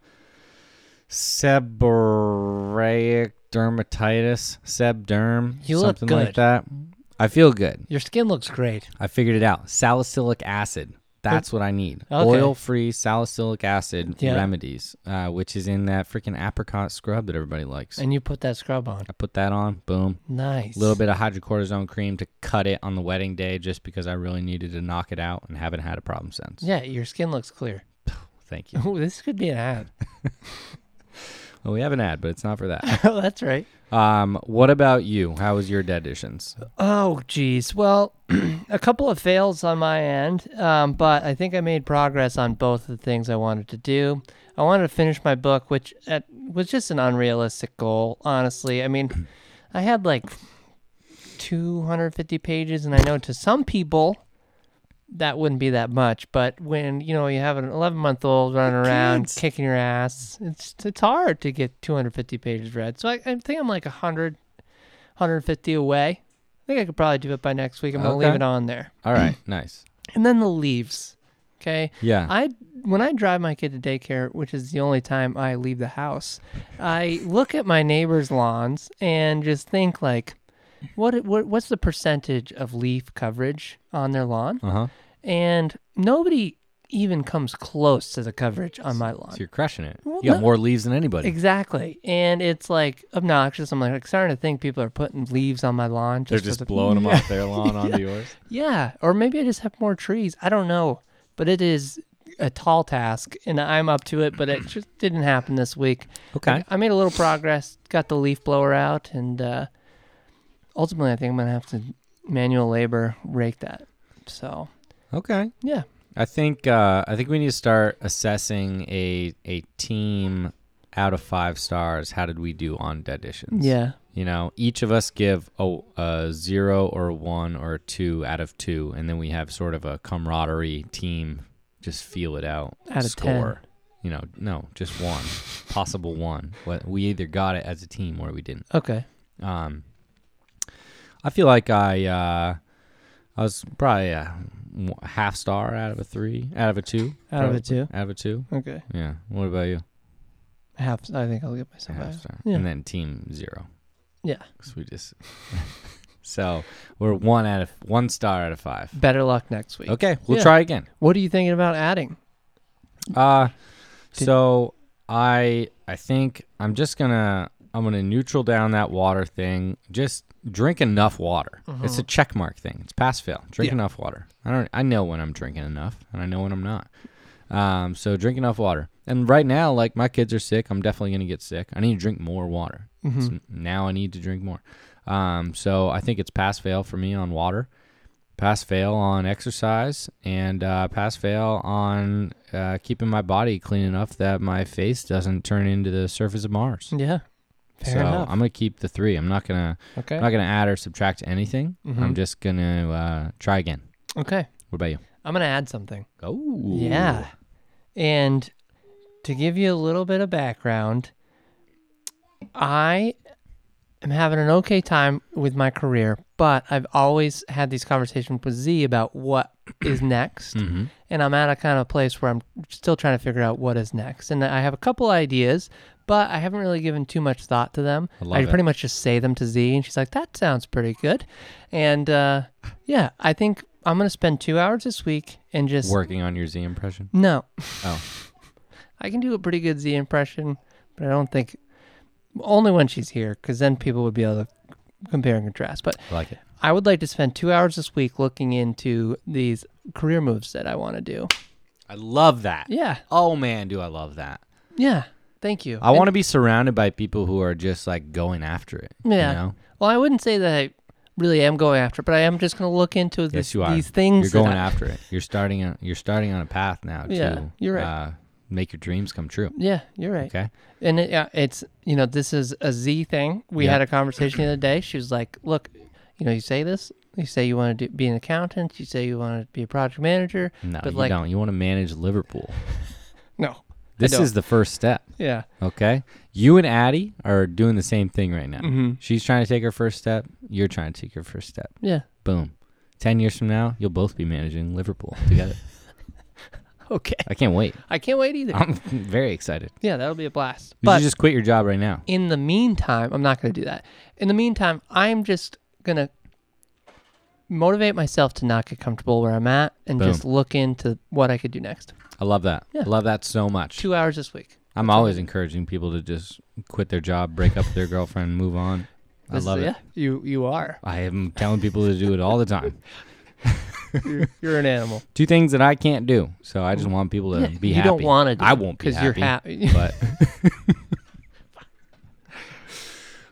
Speaker 3: seborrheic dermatitis, sebderm,
Speaker 2: You look
Speaker 3: something like
Speaker 2: good.
Speaker 3: that. I feel good.
Speaker 2: Your skin looks great.
Speaker 3: I figured it out. Salicylic acid. That's what I need.
Speaker 2: Okay.
Speaker 3: Oil-free salicylic acid
Speaker 2: Yeah.
Speaker 3: remedies, uh, which is in that freaking apricot scrub that everybody likes.
Speaker 2: And you put that scrub on.
Speaker 3: I put that on. Boom.
Speaker 2: Nice.
Speaker 3: A little bit of hydrocortisone cream to cut it on the wedding day just because I really needed to knock it out and haven't had a problem since.
Speaker 2: Yeah, your skin looks clear.
Speaker 3: Thank you.
Speaker 2: Oh, this could be an ad.
Speaker 3: Well, we have an ad, but it's not for that.
Speaker 2: oh, that's right.
Speaker 3: Um, what about you? How was your deditions?
Speaker 2: Oh, geez. Well, a couple of fails on my end, um, but I think I made progress on both of the things I wanted to do. I wanted to finish my book, which at, was just an unrealistic goal, honestly. I mean, I had like 250 pages, and I know to some people that wouldn't be that much, but when you know you have an 11 month old running around
Speaker 3: kids.
Speaker 2: kicking your ass, it's it's hard to get 250 pages read. So I, I think I'm like 100, 150 away. I think I could probably do it by next week. I'm gonna leave
Speaker 3: Okay.
Speaker 2: it on there.
Speaker 3: All right, nice.
Speaker 2: And then the leaves. Okay.
Speaker 3: Yeah.
Speaker 2: I when I drive my kid to daycare, which is the only time I leave the house, I look at my neighbors' lawns and just think like, what what what's the percentage of leaf coverage on their lawn?
Speaker 3: Uh huh.
Speaker 2: And nobody even comes close to the coverage on my lawn.
Speaker 3: So you're crushing it.
Speaker 2: Well,
Speaker 3: You got
Speaker 2: no-
Speaker 3: more leaves than anybody.
Speaker 2: Exactly. And it's like obnoxious. I'm like, starting to think people are putting leaves on my lawn.
Speaker 3: They're
Speaker 2: Just for
Speaker 3: just
Speaker 2: the-
Speaker 3: blowing them off their lawn onto yours.
Speaker 2: Yeah, or maybe I just have more trees. I don't know, but it is a tall task, and I'm up to it. But it just didn't happen this week.
Speaker 3: Okay.
Speaker 2: I, I made a little progress, got the leaf blower out, and uh, ultimately, I think I'm gonna have to manual labor rake that. So
Speaker 3: Okay.
Speaker 2: yeah,
Speaker 3: I think uh, I think we need to start assessing a a team out of five stars. How did we do on deditions?
Speaker 2: yeah,
Speaker 3: You know, each of us give a, a zero or a one or a two out of two, and then we have sort of a camaraderie team. Just feel it out.
Speaker 2: Out of 10.
Speaker 3: score. You know, no, just one possible one. What we either got it as a team or we didn't.
Speaker 2: okay,
Speaker 3: Um, I feel like I uh, I was probably a w- half star out of a three, out of a two,
Speaker 2: Out of a
Speaker 3: probably.
Speaker 2: two?
Speaker 3: out of a two.
Speaker 2: okay.
Speaker 3: Yeah. What about you?
Speaker 2: Half. I think I'll get myself.
Speaker 3: half
Speaker 2: a-
Speaker 3: star,
Speaker 2: Yeah.
Speaker 3: and then team zero.
Speaker 2: Yeah.
Speaker 3: 'cause we just so we're one out of one star out of five.
Speaker 2: Better luck next week.
Speaker 3: Okay, we'll
Speaker 2: Yeah.
Speaker 3: try again.
Speaker 2: What are you thinking about adding?
Speaker 3: Uh,
Speaker 2: Did-
Speaker 3: so I I think I'm just gonna I'm gonna neutral down that water thing. Just drink enough water. It's a check mark thing. It's pass fail. Drink
Speaker 2: Mm-hmm. Yeah.
Speaker 3: enough water. I don't I know when I'm drinking enough and I know when I'm not. Um, so drink enough water. And right now, like my kids are sick, I'm definitely gonna get sick. I need to drink more water.
Speaker 2: Mm-hmm.
Speaker 3: It's- now I need to drink more. Um, so I think it's pass fail for me on water pass fail on exercise and uh, pass fail on uh, keeping my body clean enough that my face doesn't turn into the surface of Mars.
Speaker 2: Yeah, Mm, fair
Speaker 3: so
Speaker 2: enough.
Speaker 3: I'm gonna keep the three. I'm not gonna
Speaker 2: okay,
Speaker 3: I'm not gonna add or subtract anything.
Speaker 2: Mm-hmm.
Speaker 3: I'm just gonna uh, try again.
Speaker 2: okay.
Speaker 3: What about you?
Speaker 2: I'm gonna add something.
Speaker 3: Oh
Speaker 2: Yeah. And to give you a little bit of background, I am having an okay time with my career, but I've always had these conversations with Z about what is next.
Speaker 3: Mm-hmm.
Speaker 2: And I'm at a kind of place where I'm still trying to figure out what is next. And I have a couple ideas, but I haven't really given too much thought to them. I,
Speaker 3: love it.
Speaker 2: pretty much just say them to Z, and she's like, that sounds pretty good. And uh, yeah, I think I'm going to spend two hours this week and just
Speaker 3: Working on your Z impression.
Speaker 2: no.
Speaker 3: Oh.
Speaker 2: I can do a pretty good Z impression, but I don't think only when she's here, because then people would be able to compare and contrast. But
Speaker 3: I like it.
Speaker 2: I would like to spend two hours this week looking into these career moves that I want to do.
Speaker 3: I love that.
Speaker 2: Yeah.
Speaker 3: Oh man, do I love that.
Speaker 2: Yeah. Thank you.
Speaker 3: I want to be surrounded by people who are just like going after it. you
Speaker 2: Yeah.
Speaker 3: know?
Speaker 2: Well, I wouldn't say that I really am going after, it, but I am just going to look into
Speaker 3: Yes,
Speaker 2: this,
Speaker 3: you are.
Speaker 2: these things.
Speaker 3: You're
Speaker 2: that
Speaker 3: going
Speaker 2: I-
Speaker 3: after it. You're starting. On, you're starting on a path now. To,
Speaker 2: Yeah, you're right.
Speaker 3: Uh, make your dreams come true.
Speaker 2: Yeah, you're right.
Speaker 3: Okay.
Speaker 2: And it, yeah, it's you know this is a Z thing. We
Speaker 3: Yeah.
Speaker 2: had a conversation the other day. She was like, "Look, you know, you say this. You say you want to do, be an accountant. You say you want to be a project manager.
Speaker 3: No,
Speaker 2: but
Speaker 3: you
Speaker 2: like,
Speaker 3: don't. You want to manage Liverpool.
Speaker 2: no,
Speaker 3: This
Speaker 2: don't.
Speaker 3: is the first step.
Speaker 2: yeah,
Speaker 3: Okay. You and Addie are doing the same thing right now.
Speaker 2: Mm-hmm.
Speaker 3: She's trying to take her first step. You're trying to take your first step.
Speaker 2: yeah,
Speaker 3: Boom. Ten years from now, you'll both be managing Liverpool together.
Speaker 2: okay.
Speaker 3: I can't wait.
Speaker 2: I can't wait either.
Speaker 3: I'm very excited.
Speaker 2: yeah, that'll be a blast.
Speaker 3: Um, You
Speaker 2: But
Speaker 3: should just quit your job right now.
Speaker 2: in the meantime, I'm not going to do that. In the meantime, I'm just going to motivate myself to not get comfortable where I'm at and
Speaker 3: Boom.
Speaker 2: just look into what I could do next.
Speaker 3: I love that.
Speaker 2: Yeah.
Speaker 3: I love that so much.
Speaker 2: Two hours this week.
Speaker 3: I'm always encouraging people to just quit their job, break up with their girlfriend, move on. I
Speaker 2: This is-
Speaker 3: love it.
Speaker 2: Yeah, you you are.
Speaker 3: I am telling people to do it all the time.
Speaker 2: You're, you're an animal.
Speaker 3: Two things that I can't do, so I just want people to be
Speaker 2: you
Speaker 3: happy.
Speaker 2: don't want to.
Speaker 3: I won't be
Speaker 2: because you're
Speaker 3: happy.
Speaker 2: happy.
Speaker 3: but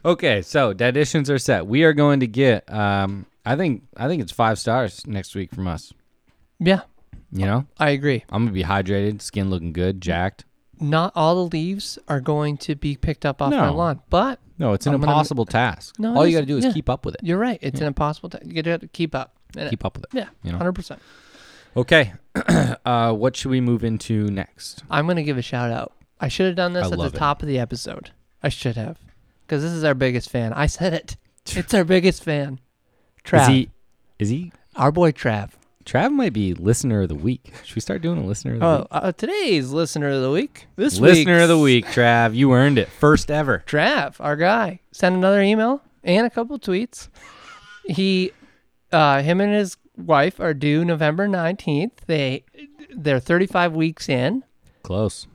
Speaker 3: Okay, so deditions are set. We are going to get. Um, I think I think it's five stars next week from us.
Speaker 2: Yeah,
Speaker 3: You know,
Speaker 2: I agree.
Speaker 3: I'm gonna be hydrated, skin looking good, jacked.
Speaker 2: Not all the leaves are going to be picked up off my
Speaker 3: No.
Speaker 2: lawn, but
Speaker 3: No, it's an
Speaker 2: I'm gonna-
Speaker 3: impossible task.
Speaker 2: No, it
Speaker 3: all you
Speaker 2: is-
Speaker 3: got to do is
Speaker 2: yeah.
Speaker 3: keep up with it.
Speaker 2: you're right. It's an impossible to you got to keep up. And
Speaker 3: Keep up with it.
Speaker 2: Yeah,
Speaker 3: you know.
Speaker 2: hundred percent.
Speaker 3: Okay, uh, what should we move into next?
Speaker 2: I'm gonna give a shout out. I should have done this
Speaker 3: I
Speaker 2: at the
Speaker 3: love it.
Speaker 2: top of the episode. I should have, because this is our biggest fan. I said it. It's our biggest fan, Trav.
Speaker 3: Is he? Is he?
Speaker 2: our boy Trav.
Speaker 3: Trav might be listener of the week. Should we start doing a listener of the
Speaker 2: Oh,
Speaker 3: week?
Speaker 2: uh, today's listener of the week. This
Speaker 3: Listener of the
Speaker 2: week's
Speaker 3: week, Trav. You earned it. First ever.
Speaker 2: Trav, our guy, sent another email and a couple tweets. He, uh, him and his wife are due November nineteenth. They, they're thirty-five weeks in.
Speaker 3: Close.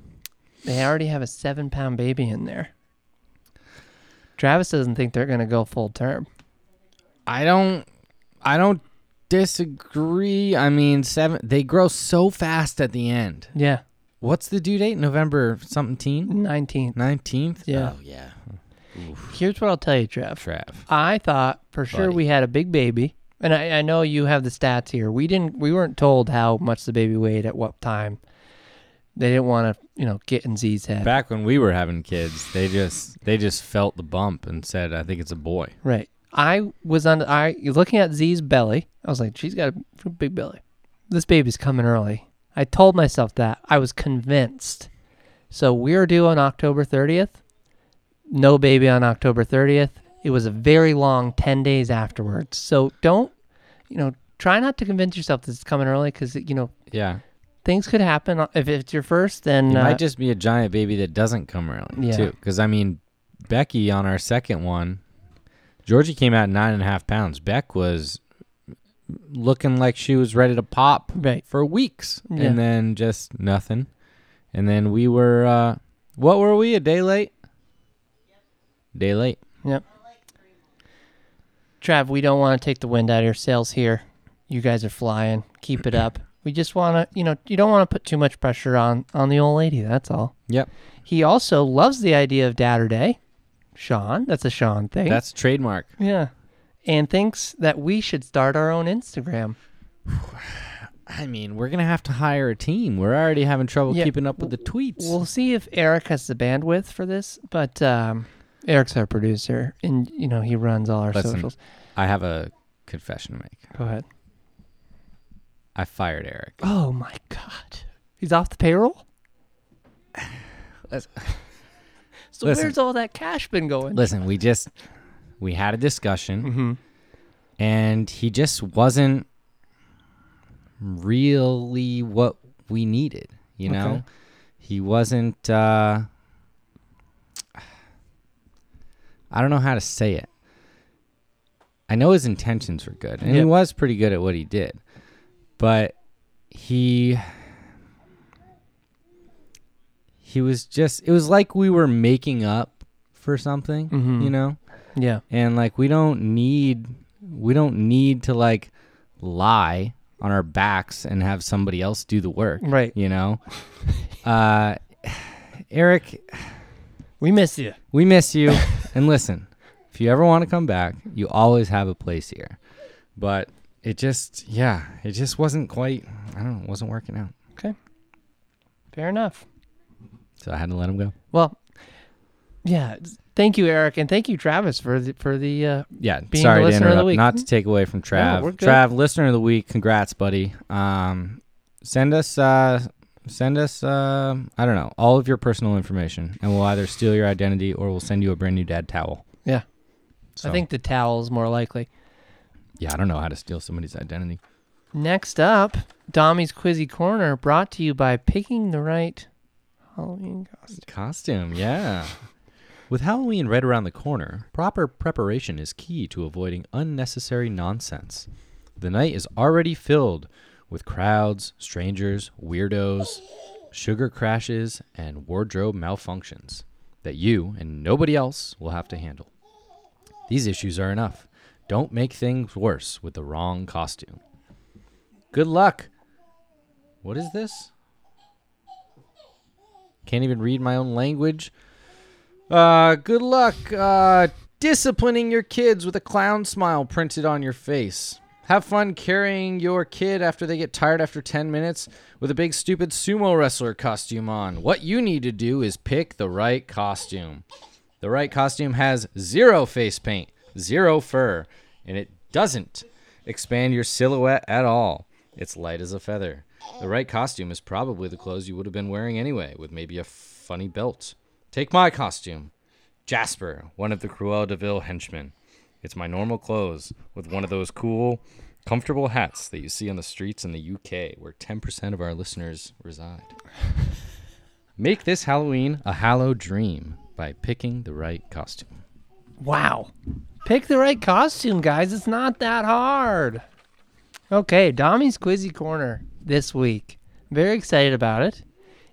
Speaker 2: They already have a seven-pound baby in there. Travis doesn't think they're gonna go full term.
Speaker 3: I don't I don't disagree. I mean, seven they grow so fast at the end.
Speaker 2: Yeah,
Speaker 3: What's the due date? November something teen?
Speaker 2: nineteenth.
Speaker 3: 19th?
Speaker 2: Yeah.
Speaker 3: Oh yeah.
Speaker 2: Here's what I'll tell you, Trav.
Speaker 3: Trav.
Speaker 2: I thought for sure
Speaker 3: Buddy.
Speaker 2: we had a big baby, and I, I know you have the stats here. We didn't. We weren't told how much the baby weighed at what time. They didn't want to, you know, get in Z's head.
Speaker 3: Back when we were having kids, they just they just felt the bump and said, "I think it's a boy."
Speaker 2: Right. I was on. I looking at Z's belly. I was like, she's got a big belly. This baby's coming early. I told myself that. I was convinced. So we are due on October 30th. No baby on October 30th. It was a very long 10 days afterwards. So don't, you know, try not to convince yourself that it's coming early because, you know,
Speaker 3: Yeah.
Speaker 2: things could happen. If it's your first, then.
Speaker 3: It
Speaker 2: uh,
Speaker 3: might just be a giant baby that doesn't come early
Speaker 2: Yeah.
Speaker 3: too. Because I mean, Becky on our second one, Georgie came out nine and a half pounds. Beck was looking like she was ready to pop
Speaker 2: Right.
Speaker 3: for weeks,
Speaker 2: Yeah.
Speaker 3: and then just nothing. And then we were, uh, what were we? A day late. Day late.
Speaker 2: Yep. Trav, we don't want to take the wind out of your sails here. You guys are flying. Keep it up. We just want to, you know, you don't want to put too much pressure on on the old lady. That's all.
Speaker 3: Yep.
Speaker 2: He also loves the idea of Dadder Day, Sean. That's a Sean thing.
Speaker 3: That's trademark.
Speaker 2: yeah, and thinks that we should start our own Instagram.
Speaker 3: I mean, we're gonna have to hire a team. We're already having trouble
Speaker 2: Yeah.
Speaker 3: keeping up with the tweets.
Speaker 2: We'll see if Eric has the bandwidth for this, but um, Eric's our producer, and you know he runs all our
Speaker 3: Listen.
Speaker 2: socials.
Speaker 3: I have a confession to make.
Speaker 2: Go ahead.
Speaker 3: I fired Eric.
Speaker 2: Oh my God, he's off the payroll.
Speaker 3: That's-
Speaker 2: so
Speaker 3: Listen.
Speaker 2: where's all that cash been going?
Speaker 3: Listen, we just we had a discussion,
Speaker 2: Mhm.
Speaker 3: and he just wasn't really what we needed. You
Speaker 2: Okay.
Speaker 3: know, he wasn't. Uh, I don't know how to say it. I know his intentions were good, and he
Speaker 2: Yep.
Speaker 3: was pretty good at what he did, but he he was just it was like we were making up for something
Speaker 2: Mhm.
Speaker 3: you know
Speaker 2: Yeah,
Speaker 3: and like we don't need we don't need to like lie on our backs and have somebody else do the work
Speaker 2: Right.
Speaker 3: you know uh eric
Speaker 2: we miss you.
Speaker 3: we miss you and listen if you ever want to come back you always have a place here but it just yeah it just wasn't quite i don't know it wasn't working out
Speaker 2: Okay, fair enough.
Speaker 3: so i had to let him go
Speaker 2: Well, yeah. Thank you, Eric, and thank you, Travis, for the for the. Uh,
Speaker 3: yeah,
Speaker 2: being
Speaker 3: sorry
Speaker 2: the
Speaker 3: to
Speaker 2: listener of the
Speaker 3: interrupt.
Speaker 2: week.
Speaker 3: Not to take away from Trav.
Speaker 2: we're good.
Speaker 3: Trav, listener of the week, congrats, buddy. Um, send us, uh, send us, uh, I don't know, all of your personal information, and we'll either steal your identity or we'll send you a brand new dad towel.
Speaker 2: yeah,
Speaker 3: So,
Speaker 2: I think the towel's more likely.
Speaker 3: Yeah, I don't know how to steal somebody's identity.
Speaker 2: Next up, Dommy's Quizzy Corner, brought to you by picking the right Halloween costume.
Speaker 3: Costume, yeah. With Halloween right around the corner, proper preparation is key to avoiding unnecessary nonsense. The night is already filled with crowds, strangers, weirdos, sugar crashes, and wardrobe malfunctions that you and nobody else will have to handle. These issues are enough. Don't make things worse with the wrong costume. Good luck. What is this? Can't even read my own language. Uh, good luck, uh, Disciplining your kids with a clown smile printed on your face. Have fun carrying your kid after they get tired after 10 minutes with a big stupid sumo wrestler costume on. What you need to do is pick the right costume. The right costume has zero face paint, zero fur, and it doesn't expand your silhouette at all. It's light as a feather. The right costume is probably the clothes you would have been wearing anyway, with maybe a funny belt. Take my costume Jasper, one of the Cruella de Vil henchmen. It's my normal clothes with one of those cool, comfortable hats that you see on the streets in the UK, where 10% of our listeners reside. Make this Halloween a hallow dream by picking the right costume.
Speaker 2: Wow. Pick the right costume, guys. It's not that hard. Okay, Dommy's Quizzy Corner this week. Very excited about it.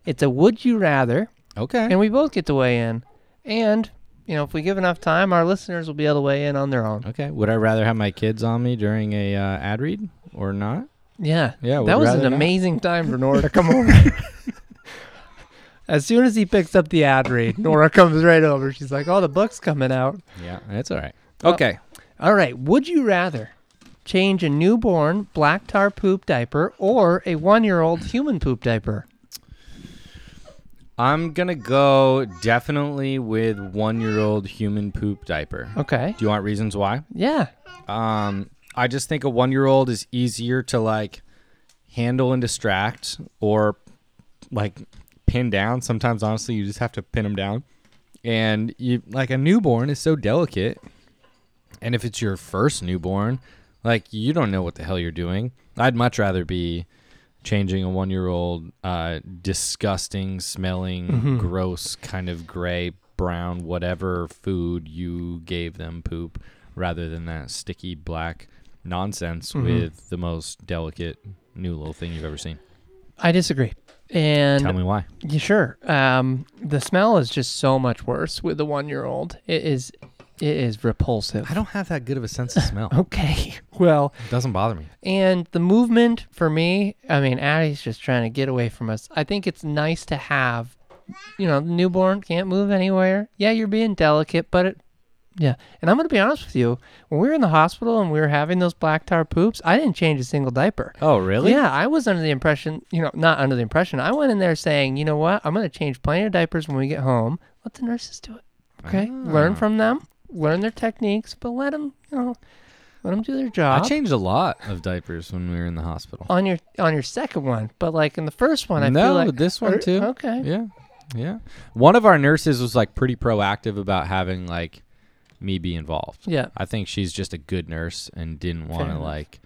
Speaker 2: It's a would you rather,
Speaker 3: Okay.
Speaker 2: and we both get to weigh in. And, you know, if we give enough time, our listeners will be able to weigh in on their own.
Speaker 3: okay. Would I rather have my kids on me during a uh, ad read or not?
Speaker 2: Yeah.
Speaker 3: Yeah, we'd
Speaker 2: That was an
Speaker 3: rather not.
Speaker 2: amazing time for Nora to come over. as soon as he picks up the ad read, Nora comes right over. She's like, oh, the book's coming out.
Speaker 3: Yeah, that's all right.
Speaker 2: Oh.
Speaker 3: Okay.
Speaker 2: All right. Would you rather change a newborn black tar poop diaper or a one year old human poop diaper?
Speaker 3: I'm going to go definitely with one year old human poop diaper.
Speaker 2: Okay.
Speaker 3: Do you want reasons why?
Speaker 2: Yeah.
Speaker 3: Um, I just think a one year old is easier to like handle and distract or like pin down. Sometimes, honestly, you just have to pin them down. And you like a newborn is so delicate. And if it's your first newborn, like you don't know what the hell you're doing. I'd much rather be changing a one year old, uh, disgusting smelling, gross, kind of gray, brown, whatever food you gave them poop, rather than that sticky black nonsense with the most delicate new little thing you've ever seen.
Speaker 2: I disagree. And
Speaker 3: Tell me why.
Speaker 2: Yeah, sure. Um, the smell is just so much worse with the one year old. It is it is repulsive.
Speaker 3: I don't have that good of a sense of smell.
Speaker 2: Okay. Well,
Speaker 3: It doesn't bother me.
Speaker 2: And the movement for me, I mean, Addie's just trying to get away from us. I think it's nice to have, you know, newborn can't move anywhere. Yeah, you're being delicate, but it, yeah. And I'm going to be honest with you. When we were in the hospital and we were having those black tar poops, I didn't change a single diaper.
Speaker 3: Oh, really?
Speaker 2: Yeah, I was under the impression, you know, not under the impression. I went in there saying, you know what? I'm going to change plenty of diapers when we get home. Let the nurses do it. Okay?
Speaker 3: Ah.
Speaker 2: Learn from them, learn their techniques, but let them, you know, let them do their job
Speaker 3: I changed a lot of diapers when we were in the hospital.
Speaker 2: on your on your second one, but like in the first one, I
Speaker 3: no,
Speaker 2: feel like
Speaker 3: this one
Speaker 2: Er,
Speaker 3: too.
Speaker 2: Okay,
Speaker 3: Yeah. Yeah. One of our nurses was like pretty proactive about having like me be involved.
Speaker 2: Yeah.
Speaker 3: I think she's just a good nurse and didn't want to
Speaker 2: enough.
Speaker 3: like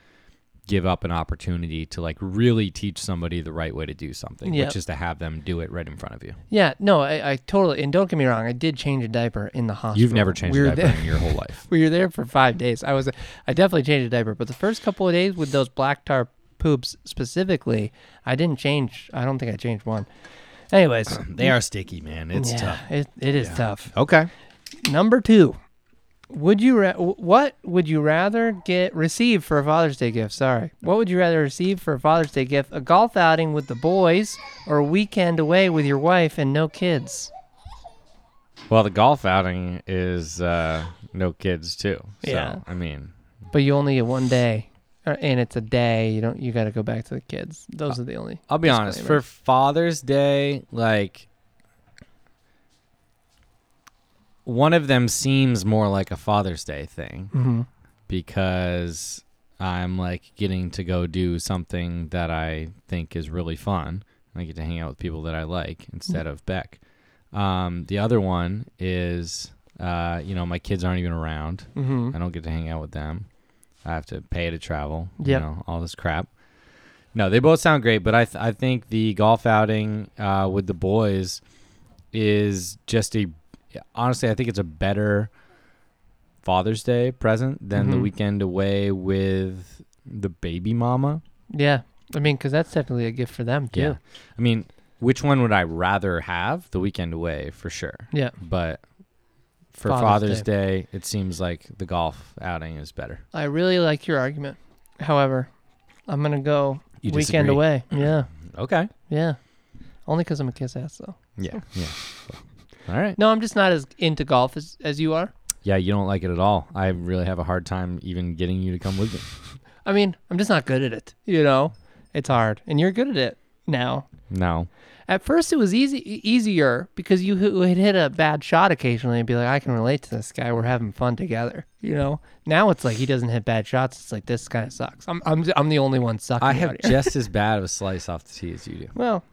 Speaker 3: give up an opportunity to like really teach somebody the right way to do something,
Speaker 2: Yep.
Speaker 3: which is to have them do it right in front of you.
Speaker 2: yeah, no, I, I totally and don't get me wrong, I did change a diaper in the hospital.
Speaker 3: You've never changed
Speaker 2: we
Speaker 3: a
Speaker 2: were
Speaker 3: diaper
Speaker 2: There,
Speaker 3: in your whole life.
Speaker 2: we were there for five days. I was, I definitely changed a diaper, but the first couple of days with those black tar poops specifically, I didn't change. I don't think I changed one. Anyways,
Speaker 3: They are sticky, man. It's
Speaker 2: yeah, It, it is tough.
Speaker 3: Okay.
Speaker 2: Number two. Would you ra- what would you rather get receive for a Father's Day gift? Sorry, what would you rather receive for a Father's Day gift? A golf outing with the boys, or a weekend away with your wife and no kids?
Speaker 3: Well, the golf outing is uh no kids too. So,
Speaker 2: Yeah.
Speaker 3: I mean,
Speaker 2: But you only get one day, or, and it's a day. You don't. You got to go back to the kids. Those are the only.
Speaker 3: I'll be honest. For
Speaker 2: disclaimer.
Speaker 3: Father's Day, like one of them seems more like a Father's Day thing
Speaker 2: Mm-hmm.
Speaker 3: because I'm like getting to go do something that I think is really fun. I get to hang out with people that I like instead of Beck. Um, the other one is, uh, you know, my kids aren't even around.
Speaker 2: Mm-hmm.
Speaker 3: I don't get to hang out with them. I have to pay to travel. You
Speaker 2: Yep.
Speaker 3: know, all this crap. No, they both sound great, but I th- I think the golf outing uh, with the boys is just a honestly I think it's a better Father's Day present than the
Speaker 2: Mhm.
Speaker 3: weekend away with the baby mama.
Speaker 2: Yeah, I mean, because that's technically a gift for them too.
Speaker 3: I mean, which one would I rather have? The weekend away for sure.
Speaker 2: Yeah.
Speaker 3: But for Father's,
Speaker 2: Father's
Speaker 3: Day. it seems like the golf outing is better.
Speaker 2: I really like your argument. However, I'm gonna go
Speaker 3: You
Speaker 2: weekend
Speaker 3: disagree?
Speaker 2: away. Yeah,
Speaker 3: Okay.
Speaker 2: yeah. Only because I'm a kiss ass though.
Speaker 3: Yeah. Yeah. All right.
Speaker 2: No, I'm just not as into golf as, as you are.
Speaker 3: Yeah, you don't like it at all. I really have a hard time even getting you to come with me.
Speaker 2: I mean, I'm just not good at it. You know, it's hard, and you're good at it now.
Speaker 3: No.
Speaker 2: At first, it was easy e- easier because you h- would hit a bad shot occasionally and be like, "I can relate to this guy. We're having fun together." You know. Now it's like he doesn't hit bad shots. It's like this kind of sucks. I'm I'm I'm the only one sucking.
Speaker 3: I
Speaker 2: out
Speaker 3: have
Speaker 2: here.
Speaker 3: just as bad of a slice off the tee as you do.
Speaker 2: Well,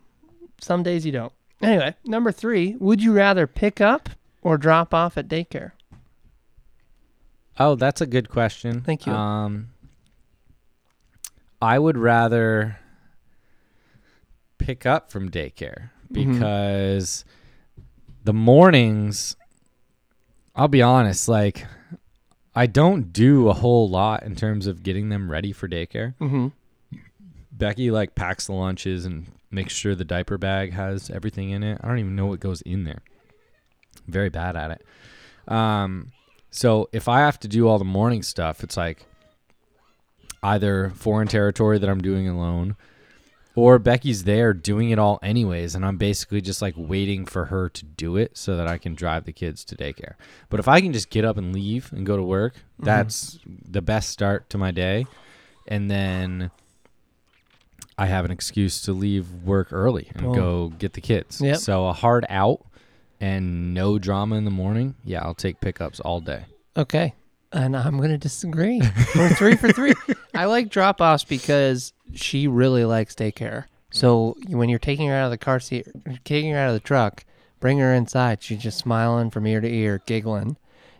Speaker 2: some days you don't. Anyway, number three: Would you rather pick up or drop off at daycare?
Speaker 3: Oh, that's a good question.
Speaker 2: Thank you.
Speaker 3: Um, I would rather pick up from daycare
Speaker 2: Mm-hmm.
Speaker 3: because the mornings, I'll be honest, like I don't do a whole lot in terms of getting them ready for daycare.
Speaker 2: Mm-hmm.
Speaker 3: Becky like packs the lunches and makes sure the diaper bag has everything in it. I don't even know what goes in there. Very bad at it. Um, so if I have to do all the morning stuff, it's like either foreign territory that I'm doing alone, or Becky's there doing it all anyways, and I'm basically just like waiting for her to do it so that I can drive the kids to daycare. But if I can just get up and leave and go to work, that's the best start to my day. And then I have an excuse to leave work early and
Speaker 2: Boom.
Speaker 3: go get the kids.
Speaker 2: Yep.
Speaker 3: So a hard out and no drama in the morning. Yeah, I'll take pickups all day.
Speaker 2: Okay. And I'm going to disagree. We're three for three. I like drop offs because she really likes daycare. So when you're taking her out of the car seat, taking her out of the truck, bring her inside, she's just smiling from ear to ear, giggling.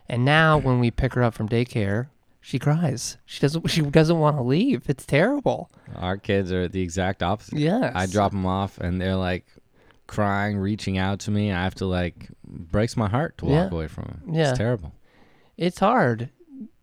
Speaker 2: And now when we pick her up from daycare, she cries. She doesn't. She doesn't want to leave. It's terrible.
Speaker 3: Our kids are the exact opposite.
Speaker 2: Yes.
Speaker 3: I drop them off and they're like crying, reaching out to me. I have to like breaks my heart to walk
Speaker 2: Yeah.
Speaker 3: away from them.
Speaker 2: Yeah.
Speaker 3: It's terrible.
Speaker 2: It's hard.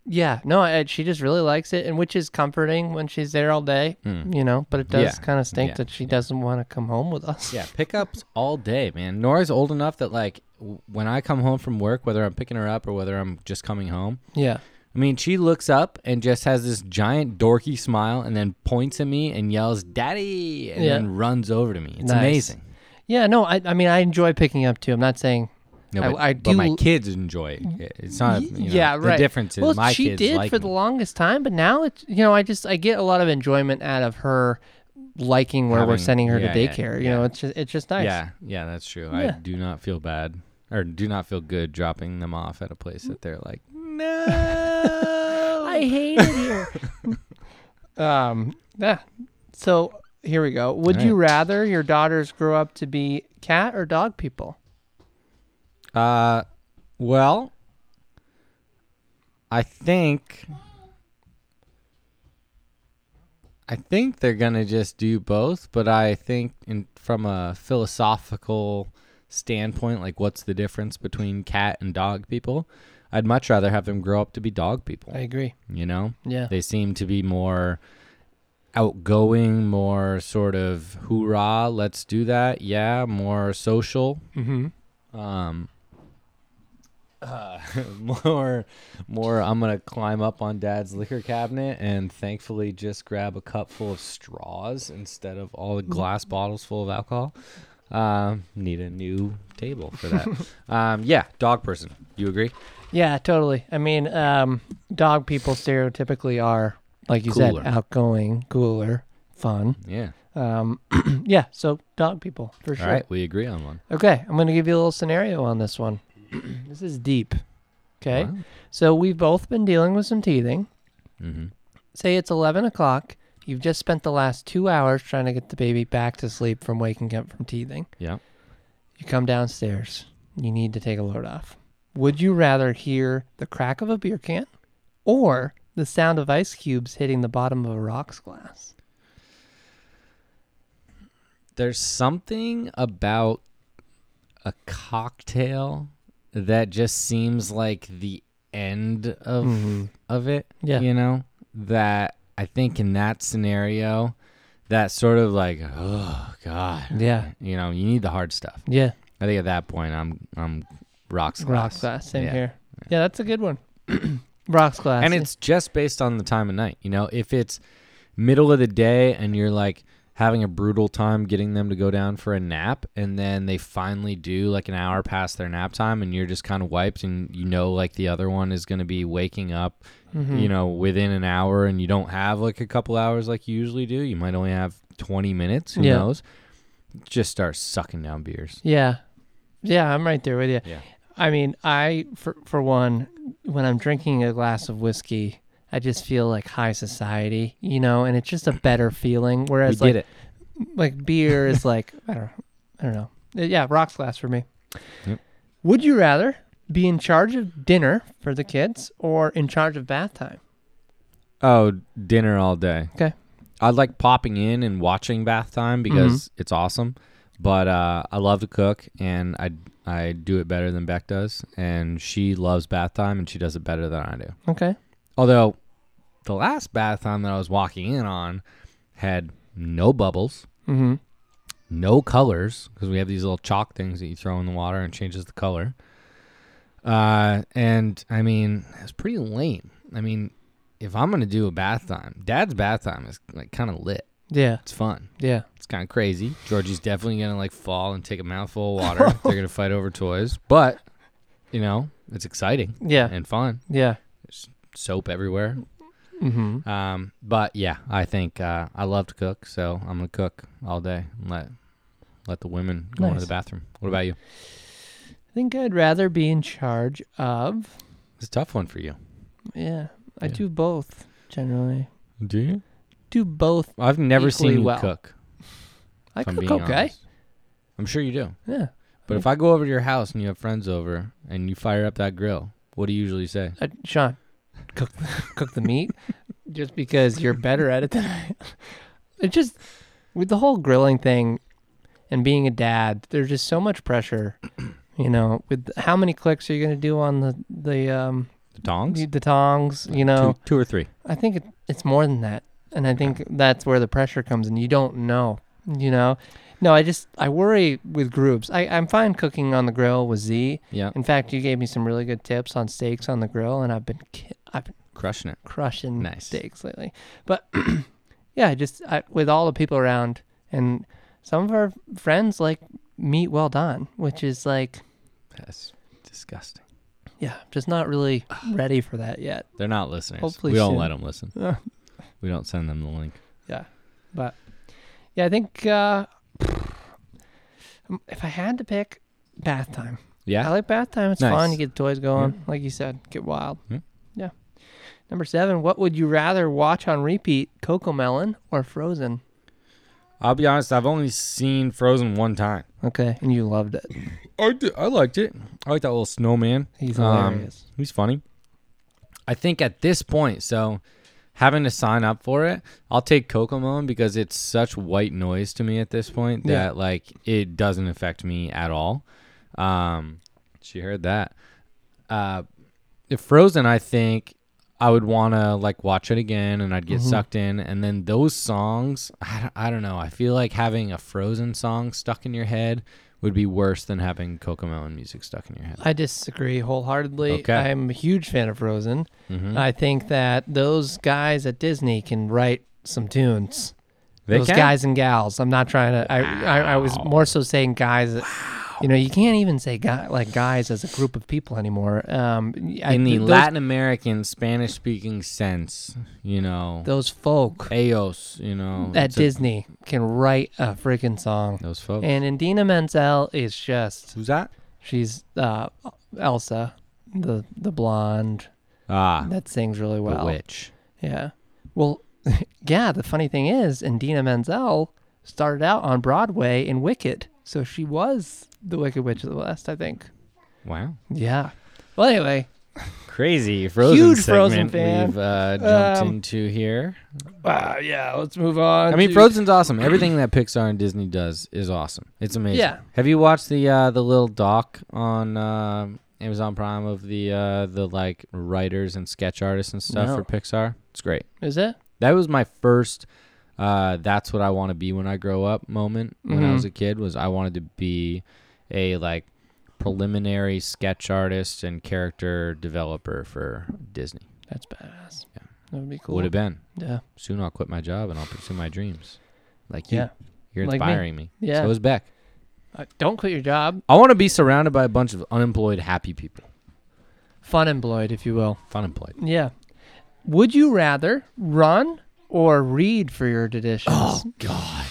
Speaker 2: Yeah. No. I, she just really likes it, and which is comforting when she's there all day. You know. But it does
Speaker 3: Hmm. Yeah.
Speaker 2: kind of stink
Speaker 3: Yeah.
Speaker 2: that she doesn't want to come home with us.
Speaker 3: Yeah, pickups all day, man. Nora's old enough that like w- when I come home from work, whether I'm picking her up or whether I'm just coming home,
Speaker 2: Yeah.
Speaker 3: I mean, she looks up and just has this giant dorky smile and then points at me and yells, "Daddy!" and
Speaker 2: Yeah.
Speaker 3: then runs over to me. It's
Speaker 2: Nice.
Speaker 3: amazing.
Speaker 2: Yeah, no, I, I mean, I enjoy picking up too. I'm not saying
Speaker 3: No,
Speaker 2: I-
Speaker 3: but,
Speaker 2: I
Speaker 3: but my
Speaker 2: do-
Speaker 3: kids enjoy it. It's not. You know,
Speaker 2: yeah, right.
Speaker 3: The difference is
Speaker 2: well,
Speaker 3: my
Speaker 2: she
Speaker 3: kids
Speaker 2: did
Speaker 3: like
Speaker 2: for
Speaker 3: me.
Speaker 2: the longest time, but now it's you know, I just I get a lot of enjoyment out of her liking where we're
Speaker 3: Having-
Speaker 2: sending her
Speaker 3: yeah,
Speaker 2: to
Speaker 3: yeah,
Speaker 2: daycare. you
Speaker 3: yeah.
Speaker 2: know, it's just it's just nice.
Speaker 3: Yeah, yeah, that's true. I
Speaker 2: Yeah.
Speaker 3: do not feel bad or do not feel good dropping them off at a place
Speaker 2: Mm.
Speaker 3: that they're like, no.
Speaker 2: Oh, I hate it here. um, yeah. So here we go. Would you rather your daughters grow up to be cat or dog people?
Speaker 3: Uh, well, I think I think they're gonna just do both, but I think in from a philosophical standpoint, like what's the difference between cat and dog people? I'd much rather have them grow up to be dog people.
Speaker 2: I agree.
Speaker 3: you know,
Speaker 2: Yeah.
Speaker 3: they seem to be more outgoing, more sort of hoorah, let's do that. Yeah, more social.
Speaker 2: Mm-hmm.
Speaker 3: Um, uh, more, more. I'm gonna climb up on Dad's liquor cabinet and thankfully just grab a cup full of straws instead of all the
Speaker 2: Mm-hmm.
Speaker 3: glass bottles full of alcohol. Um, need a new table for that. um, yeah, dog person. You agree?
Speaker 2: Yeah, totally. I mean, um, dog people stereotypically are, like you
Speaker 3: Cooler.
Speaker 2: said, outgoing, cooler, fun.
Speaker 3: Yeah.
Speaker 2: Um, yeah, so dog people for
Speaker 3: All
Speaker 2: sure.
Speaker 3: right, we agree on one.
Speaker 2: Okay, I'm going to give you a little scenario on this one. this is deep. Okay,
Speaker 3: Wow.
Speaker 2: so we've both been dealing with some teething.
Speaker 3: Mhm.
Speaker 2: Say it's 11 o'clock. You've just spent the last two hours trying to get the baby back to sleep from waking up from teething.
Speaker 3: Yeah.
Speaker 2: You come downstairs. You need to take a load off. Would you rather hear the crack of a beer can or the sound of ice cubes hitting the bottom of a rocks glass?
Speaker 3: there's something about a cocktail that just seems like the end of of it.
Speaker 2: Yeah.
Speaker 3: You know? That I think in that scenario, that sort of like, oh God.
Speaker 2: Yeah.
Speaker 3: You know, you need the hard stuff.
Speaker 2: Yeah.
Speaker 3: I think at that point I'm I'm rocks
Speaker 2: Rocks
Speaker 3: glass.
Speaker 2: glass. Same
Speaker 3: Yeah.
Speaker 2: here. Yeah, that's a good one. rocks glass.
Speaker 3: And it's just based on the time of night. You know, if it's middle of the day and you're like, having a brutal time getting them to go down for a nap and then they finally do like an hour past their nap time and you're just kind of wiped and you know like the other one is going to be waking up
Speaker 2: Mm-hmm.
Speaker 3: you know within an hour and you don't have like a couple hours like you usually do you might only have 20 minutes who
Speaker 2: Yeah.
Speaker 3: knows just start sucking down beers
Speaker 2: Yeah. Yeah, I'm right there with you.
Speaker 3: Yeah.
Speaker 2: I mean, I for for one, when I'm drinking a glass of whiskey, I just feel like high society, you know, and it's just a better feeling. Whereas
Speaker 3: we
Speaker 2: like
Speaker 3: did it
Speaker 2: like beer is like I don't I don't know. Uh, Yeah, rocks glass for me.
Speaker 3: Yep.
Speaker 2: Would you rather be in charge of dinner for the kids or in charge of bath time?
Speaker 3: Oh, dinner all day.
Speaker 2: 'Kay.
Speaker 3: I like popping in and watching bath time because it's awesome. But uh, I love to cook and I I do it better than Beck does, and she loves bath time and she does it better than I do.
Speaker 2: Okay.
Speaker 3: Although the last bath time that I was walking in on had no bubbles,
Speaker 2: Mhm.
Speaker 3: no colors because we have these little chalk things that you throw in the water and it changes the color. Uh, and I mean, it's pretty lame. I mean, if I'm gonna do a bath time, Dad's bath time is like kind of lit.
Speaker 2: Yeah.
Speaker 3: It's fun.
Speaker 2: Yeah.
Speaker 3: It's kind of crazy. Georgie's definitely gonna like fall and take a mouthful of water. They're gonna fight over toys, but you know, it's exciting
Speaker 2: Yeah.
Speaker 3: and fun.
Speaker 2: yeah.
Speaker 3: Soap everywhere.
Speaker 2: Mhm.
Speaker 3: Um, but yeah, I think uh, I love to cook, so I'm gonna cook all day and let let the women go into
Speaker 2: Nice.
Speaker 3: the bathroom. What about you?
Speaker 2: I think I'd rather be in charge of
Speaker 3: It's a tough one for you.
Speaker 2: Yeah, I
Speaker 3: Yeah.
Speaker 2: do both generally.
Speaker 3: Do you?
Speaker 2: Do both.
Speaker 3: I've never seen
Speaker 2: Equally
Speaker 3: you
Speaker 2: well,
Speaker 3: cook.
Speaker 2: I
Speaker 3: if I'm
Speaker 2: cook
Speaker 3: being
Speaker 2: okay. Mm.
Speaker 3: honest. I'm sure you do.
Speaker 2: Yeah,
Speaker 3: But if I go over to your house and you have friends over and you fire up that grill, what do you usually say?
Speaker 2: uh, Sean, cook cook the meat, just because you're better at it than I. It just with the whole grilling thing, and being a dad, there's just so much pressure. You know, with how many clicks are you gonna do on the the um
Speaker 3: The tongs?
Speaker 2: the tongs? You know,
Speaker 3: two, two or three.
Speaker 2: I think it, it's more than that, and I think that's where the pressure comes in. You don't know, you know. No, I just I worry with groups. I, I'm fine cooking on the grill with Z.
Speaker 3: Yeah.
Speaker 2: In fact, you gave me some really good tips on steaks on the grill, and I've been ki- I've been
Speaker 3: Crushing it.
Speaker 2: crushing
Speaker 3: Nice.
Speaker 2: steaks lately. But yeah, I just I, with all the people around, and some of our friends like meat well done, which is like
Speaker 3: That's disgusting.
Speaker 2: yeah, just not really ready for that yet.
Speaker 3: They're not listeners.
Speaker 2: Hopefully
Speaker 3: we don't
Speaker 2: soon.
Speaker 3: let them listen.
Speaker 2: Yeah.
Speaker 3: we don't send them the link.
Speaker 2: But yeah, I think uh, um, if I had to pick bath time, I
Speaker 3: Yeah.
Speaker 2: like bath time. It's
Speaker 3: Nice. Mm-hmm.
Speaker 2: fun. You get the toys going, like you said, get wild.
Speaker 3: Yeah.
Speaker 2: Yeah. Number seven, what would you rather watch on repeat, Coco Melon or Frozen?
Speaker 3: I'll be honest. I've only seen Frozen one time.
Speaker 2: Okay, and you loved it.
Speaker 3: I, did, I liked it. I like that little snowman.
Speaker 2: He's
Speaker 3: Um,
Speaker 2: hilarious.
Speaker 3: He's funny. I think at this point, so having to sign up for it, I'll take Kokomo because it's such white noise to me at this point that
Speaker 2: Yeah.
Speaker 3: like it doesn't affect me at all. Um, she heard that. Uh, if Frozen, I think I would want to like watch it again and I'd get sucked in. And then those songs, I don't, I don't know. I feel like having a Frozen song stuck in your head would be worse than having Kokomo and music stuck in your head.
Speaker 2: I disagree wholeheartedly.
Speaker 3: Okay. Mm-hmm.
Speaker 2: I'm a huge fan of Frozen. I think that those guys at Disney can write some tunes.
Speaker 3: They
Speaker 2: those
Speaker 3: can.
Speaker 2: guys and gals. I'm not trying to. I, I, I was more so saying guys. that- You know, you can't even say guy like guys as a group of people anymore. Um, I,
Speaker 3: in the
Speaker 2: those,
Speaker 3: Latin American Spanish speaking sense, you know,
Speaker 2: those folk
Speaker 3: Eos, you know,
Speaker 2: at
Speaker 3: it's a-
Speaker 2: Disney can write a freaking song.
Speaker 3: those folks.
Speaker 2: And Indina Menzel is just
Speaker 3: Who's that?
Speaker 2: she's uh, Elsa, the the blonde
Speaker 3: Ah,
Speaker 2: that sings really
Speaker 3: the
Speaker 2: well.
Speaker 3: witch.
Speaker 2: Yeah. Well, yeah, the funny thing is, Indina Menzel started out on Broadway in Wicked. So she was the Wicked Witch of the West, I think.
Speaker 3: Wow,
Speaker 2: Yeah. Well, anyway,
Speaker 3: crazy Frozen
Speaker 2: Huge
Speaker 3: segment
Speaker 2: Frozen fan.
Speaker 3: we've uh, jumped
Speaker 2: Um,
Speaker 3: into here.
Speaker 2: uh, yeah, let's move on.
Speaker 3: I mean,
Speaker 2: to-
Speaker 3: Frozen's awesome. Everything that Pixar and Disney does is awesome. It's amazing.
Speaker 2: Yeah.
Speaker 3: Have you watched the uh, the little doc on uh, Amazon Prime of the uh, the like writers and sketch artists and stuff
Speaker 2: No.
Speaker 3: for Pixar? It's great.
Speaker 2: Is it?
Speaker 3: That was my first uh that's what I want to be when I grow up moment when I
Speaker 2: Mhm.
Speaker 3: was a kid was I wanted to be a like preliminary sketch artist and character developer for Disney.
Speaker 2: That's badass. Yeah. That would be cool.
Speaker 3: Would have been.
Speaker 2: Yeah.
Speaker 3: Soon I'll quit my job and I'll pursue my dreams. Like you,
Speaker 2: Yeah.
Speaker 3: you're
Speaker 2: Like me.
Speaker 3: inspiring me.
Speaker 2: Yeah.
Speaker 3: So is Beck.
Speaker 2: Uh, don't quit your job.
Speaker 3: I want to be surrounded by a bunch of unemployed, happy people.
Speaker 2: Fun employed, if you will.
Speaker 3: Fun employed.
Speaker 2: Yeah. Would you rather run or read for your traditions?
Speaker 3: God.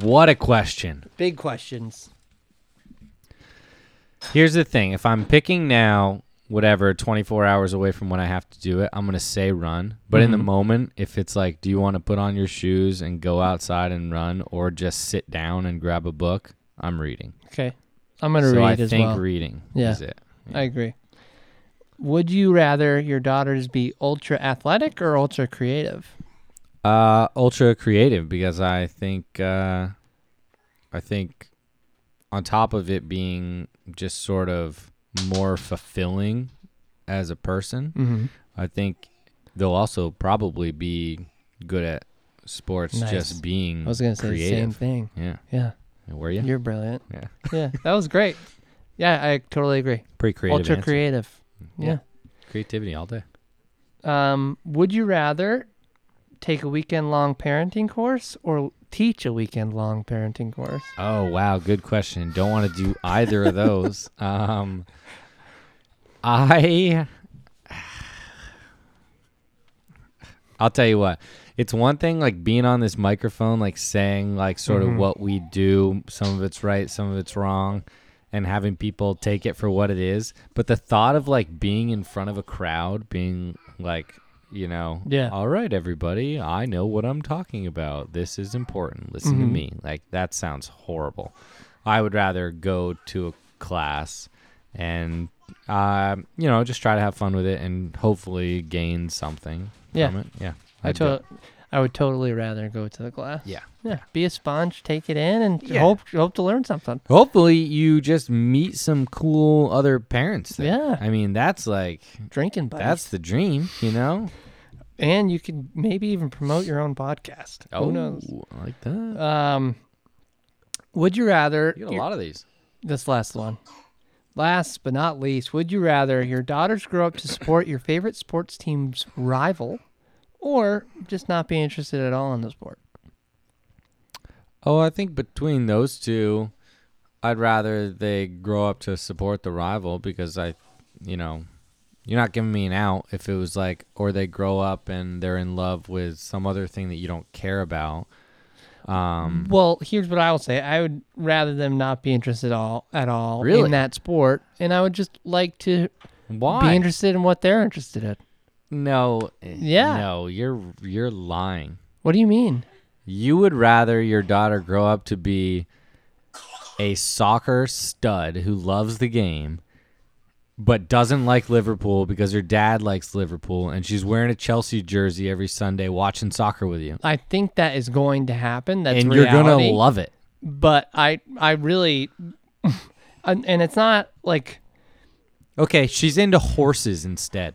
Speaker 3: what a question.
Speaker 2: Big questions.
Speaker 3: Here's the thing. If I'm picking now, whatever, 24 hours away from when I have to do it, I'm going to say run. But in the
Speaker 2: Mm-hmm.
Speaker 3: moment, if it's like, do you want to put on your shoes and go outside and run or just sit down and grab a book? I'm reading.
Speaker 2: Okay. I'm going to
Speaker 3: so
Speaker 2: read
Speaker 3: I
Speaker 2: as
Speaker 3: think
Speaker 2: well.
Speaker 3: reading
Speaker 2: Yeah.
Speaker 3: is it.
Speaker 2: I agree. Would you rather your daughters be ultra athletic or ultra creative?
Speaker 3: Uh, ultra creative because I think uh, I think on top of it being just sort of more fulfilling as a person,
Speaker 2: Mm-hmm.
Speaker 3: I think they'll also probably be good at sports.
Speaker 2: Nice.
Speaker 3: Just being
Speaker 2: I was going to say the same
Speaker 3: creative.
Speaker 2: thing.
Speaker 3: Yeah,
Speaker 2: Yeah.
Speaker 3: were you?
Speaker 2: You're brilliant.
Speaker 3: Yeah.
Speaker 2: Yeah. That was great. Yeah, I totally agree.
Speaker 3: Pretty creative.
Speaker 2: ultra
Speaker 3: answer.
Speaker 2: creative. Yeah.
Speaker 3: Creativity all day.
Speaker 2: Um, would you rather take a weekend long parenting course or teach a weekend long parenting course?
Speaker 3: Oh wow, good question. Don't want to do either of those. Um, I, I'll tell you what. It's one thing like being on this microphone, like saying like sort of what we do. Some of it's right, some of it's wrong, and having people take it for what it is. But the thought of like being in front of a crowd, being like, you know,
Speaker 2: Yeah.
Speaker 3: all right, everybody, I know what I'm talking about. This is important. Listen to me. Like, that sounds horrible. I would rather go to a class and, um, you know, just try to have fun with it and hopefully gain something
Speaker 2: Yeah.
Speaker 3: from it. Yeah.
Speaker 2: I
Speaker 3: I'd go-
Speaker 2: to- I would totally rather go to the class.
Speaker 3: Yeah.
Speaker 2: Yeah. Be a sponge, take it in and
Speaker 3: Yeah.
Speaker 2: hope hope to learn something.
Speaker 3: Hopefully, you just meet some cool other parents. there.
Speaker 2: Yeah.
Speaker 3: I mean, that's like,
Speaker 2: Drinking buddies.
Speaker 3: that's the dream, you know?
Speaker 2: and you could maybe even promote your own podcast.
Speaker 3: Oh.
Speaker 2: Who knows?
Speaker 3: I like that.
Speaker 2: Um would you rather
Speaker 3: You get a lot of these.
Speaker 2: this last one. Last but not least, would you rather your daughters grow up to support your favorite sports team's rival or just not be interested at all in the sport?
Speaker 3: Oh, I think between those two, I'd rather they grow up to support the rival because I, you know, you're not giving me an out if it was like, or they grow up and they're in love with some other thing that you don't care about. Um,
Speaker 2: Well, here's what I will say. I would rather them not be interested all at all
Speaker 3: Really?
Speaker 2: in that sport, and I would just like to
Speaker 3: why?
Speaker 2: be interested in what they're interested in.
Speaker 3: no, eh,
Speaker 2: Yeah.
Speaker 3: no, you're you're lying.
Speaker 2: What do you mean?
Speaker 3: You would rather your daughter grow up to be a soccer stud who loves the game but doesn't like Liverpool because her dad likes Liverpool and she's wearing a Chelsea jersey every Sunday watching soccer with you.
Speaker 2: I think that is going to happen. That's
Speaker 3: and
Speaker 2: reality.
Speaker 3: you're going to love it.
Speaker 2: but I, I really, and, and it's not like
Speaker 3: Okay, she's into horses instead.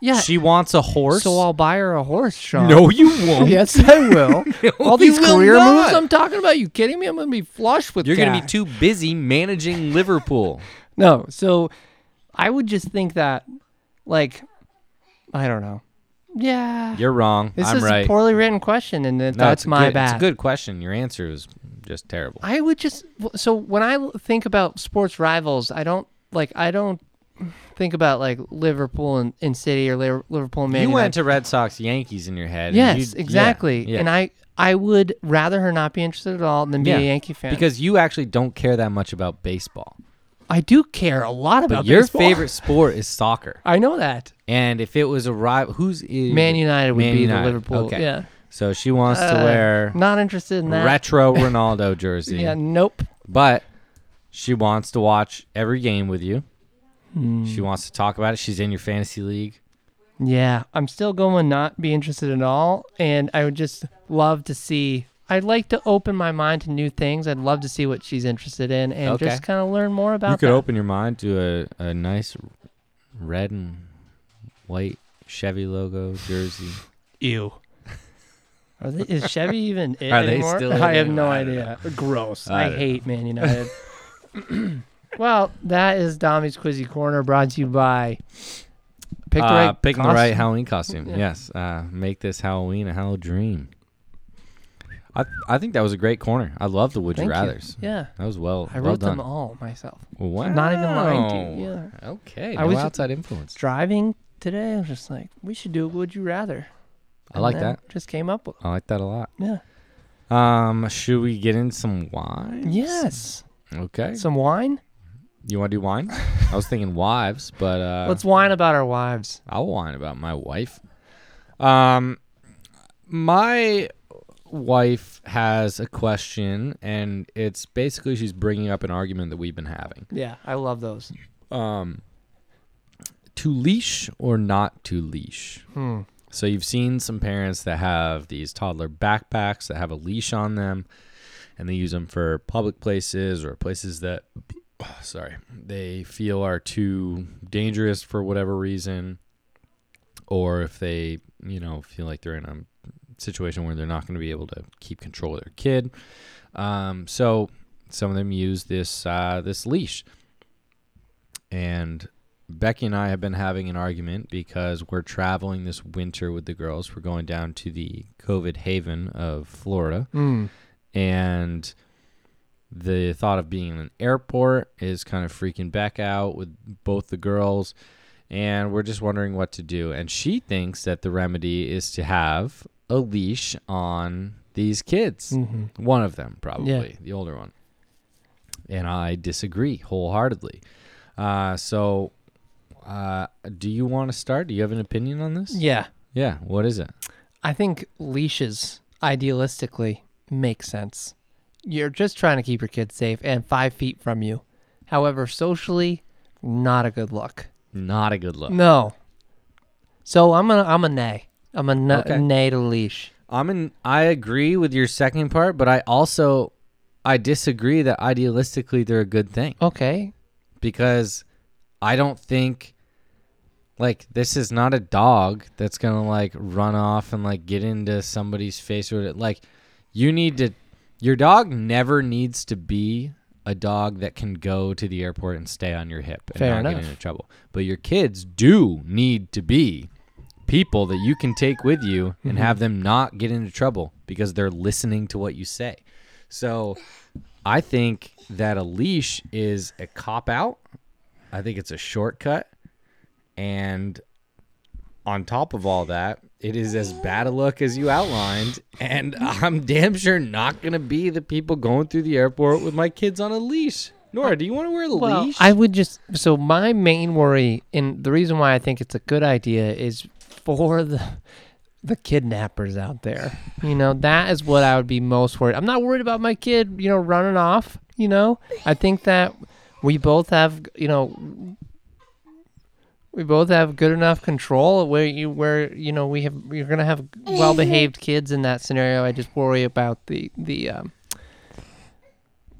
Speaker 2: yeah.
Speaker 3: She wants a horse.
Speaker 2: Uh, so I'll buy her a horse, Sean.
Speaker 3: no, you won't.
Speaker 2: Yes, I will. All
Speaker 3: you
Speaker 2: these
Speaker 3: will
Speaker 2: career
Speaker 3: not.
Speaker 2: moves I'm talking about. You kidding me? I'm gonna be flush with.
Speaker 3: You're going to be
Speaker 2: cash.
Speaker 3: too busy managing Liverpool.
Speaker 2: No, so I would just think that, like, I don't know. Yeah,
Speaker 3: You're wrong.
Speaker 2: this
Speaker 3: I'm
Speaker 2: is
Speaker 3: right.
Speaker 2: a poorly written question, and if
Speaker 3: No,
Speaker 2: that's
Speaker 3: it's a
Speaker 2: my
Speaker 3: good- It's
Speaker 2: bad.
Speaker 3: a good question. Your answer is just terrible.
Speaker 2: I would just so when I think about sports rivals, I don't like I don't think about like Liverpool and, and City or Liver- Liverpool and Man
Speaker 3: you
Speaker 2: United.
Speaker 3: went to Red Sox Yankees in your head. and
Speaker 2: yes,
Speaker 3: you-
Speaker 2: exactly,
Speaker 3: yeah, yeah.
Speaker 2: and I I would rather her not be interested at all than be
Speaker 3: Yeah,
Speaker 2: a Yankee fan
Speaker 3: because you actually don't care that much about baseball.
Speaker 2: I do care a lot about
Speaker 3: But your
Speaker 2: baseball.
Speaker 3: favorite sport is soccer.
Speaker 2: I know that.
Speaker 3: And if it was a rival, who's is
Speaker 2: Man United would
Speaker 3: Man
Speaker 2: be
Speaker 3: United,
Speaker 2: the Liverpool.
Speaker 3: Okay.
Speaker 2: Yeah.
Speaker 3: So she wants to
Speaker 2: Uh,
Speaker 3: wear
Speaker 2: Not interested in that.
Speaker 3: retro Ronaldo jersey,
Speaker 2: Yeah. Nope.
Speaker 3: but she wants to watch every game with you.
Speaker 2: Hmm.
Speaker 3: She wants to talk about it. She's in your fantasy league.
Speaker 2: Yeah. I'm still going not be interested at all, and I would just love to see. I'd like to open my mind to new things. I'd love to see what she's interested in and
Speaker 3: Okay.
Speaker 2: just kind of learn more about.
Speaker 3: You could
Speaker 2: that.
Speaker 3: open your mind to a, a nice red and white Chevy logo jersey.
Speaker 2: Ew. Are they, is Chevy even it
Speaker 3: Are they
Speaker 2: anymore?
Speaker 3: still
Speaker 2: I
Speaker 3: in
Speaker 2: have
Speaker 3: it?
Speaker 2: no
Speaker 3: I don't
Speaker 2: idea. Gross.
Speaker 3: I
Speaker 2: I,
Speaker 3: don't
Speaker 2: hate Man United. well, that is Dommy's Quizzy Corner brought to you by Pick the
Speaker 3: Uh,
Speaker 2: Right
Speaker 3: picking the right
Speaker 2: Costume.
Speaker 3: Halloween costume.
Speaker 2: Yeah.
Speaker 3: Yes. Uh, make this Halloween a Halloween dream. I I think that was a great corner. I love the would
Speaker 2: Thank
Speaker 3: you
Speaker 2: you.
Speaker 3: rather's.
Speaker 2: Yeah.
Speaker 3: That was well.
Speaker 2: I
Speaker 3: well
Speaker 2: wrote
Speaker 3: done.
Speaker 2: them all myself.
Speaker 3: Wow.
Speaker 2: Not even lying to you. Yeah.
Speaker 3: Okay.
Speaker 2: I
Speaker 3: no
Speaker 2: was just-
Speaker 3: outside influence.
Speaker 2: Driving today, I was just like, we should do a Would You Rather.
Speaker 3: I like
Speaker 2: then
Speaker 3: that.
Speaker 2: Just came up with
Speaker 3: I like that a lot.
Speaker 2: Yeah.
Speaker 3: Um, should we get in some wine?
Speaker 2: Yes.
Speaker 3: Okay.
Speaker 2: Some wine?
Speaker 3: You want to do wine? I was thinking wives, but uh,
Speaker 2: Let's whine about our wives.
Speaker 3: I'll whine about my wife. Um, my wife has a question, and it's basically she's bringing up an argument that we've been having.
Speaker 2: Yeah, I love those.
Speaker 3: Um, to leash or not to leash?
Speaker 2: Hmm.
Speaker 3: So you've seen some parents that have these toddler backpacks that have a leash on them, and they use them for public places or places that, sorry, they feel are too dangerous for whatever reason, or if they, you know, feel like they're in a situation where they're not going to be able to keep control of their kid. Um, so some of them use this uh, this leash, and Becky and I have been having an argument because we're traveling this winter with the girls. We're going down to the COVID haven of Florida.
Speaker 2: Mm.
Speaker 3: And the thought of being in an airport is kind of freaking Beck out with both the girls. And we're just wondering what to do. And she thinks that the remedy is to have a leash on these kids.
Speaker 2: hmm
Speaker 3: One of them, probably the older one. And I disagree wholeheartedly. Uh, so, uh, do you want to start? Do you have an opinion on this?
Speaker 2: Yeah.
Speaker 3: Yeah, What is it?
Speaker 2: I think leashes, idealistically, make sense. You're just trying to keep your kids safe and five feet from you. However, socially, not a good look.
Speaker 3: Not a good look.
Speaker 2: No. So I'm a I'm a nay. I'm a n-
Speaker 3: Okay.
Speaker 2: nay to leash.
Speaker 3: I'm in. I agree with your second part, but I also I disagree that idealistically they're a good thing
Speaker 2: Okay.
Speaker 3: because I don't think like this is not a dog that's gonna like run off and like get into somebody's face or like you need to your dog never needs to be a dog that can go to the airport and stay on your hip and
Speaker 2: Fair
Speaker 3: not
Speaker 2: enough.
Speaker 3: get into trouble. But your kids do need to be people that you can take with you and
Speaker 2: Mm-hmm.
Speaker 3: have them not get into trouble because they're listening to what you say. So I think that a leash is a cop out. I think it's a shortcut. And on top of all that, it is as bad a look as you outlined. And I'm damn sure not going to be the people going through the airport with my kids on a leash. Nora, do you want to wear a leash?
Speaker 2: I would just so my main worry and the reason why I think it's a good idea is for the the kidnappers out there. You know, that is what I would be most worried. I'm not worried about my kid, you know, running off, you know. I think that we both have, you know, we both have good enough control where you where you know we have you're gonna have well behaved kids in that scenario. I just worry about the the um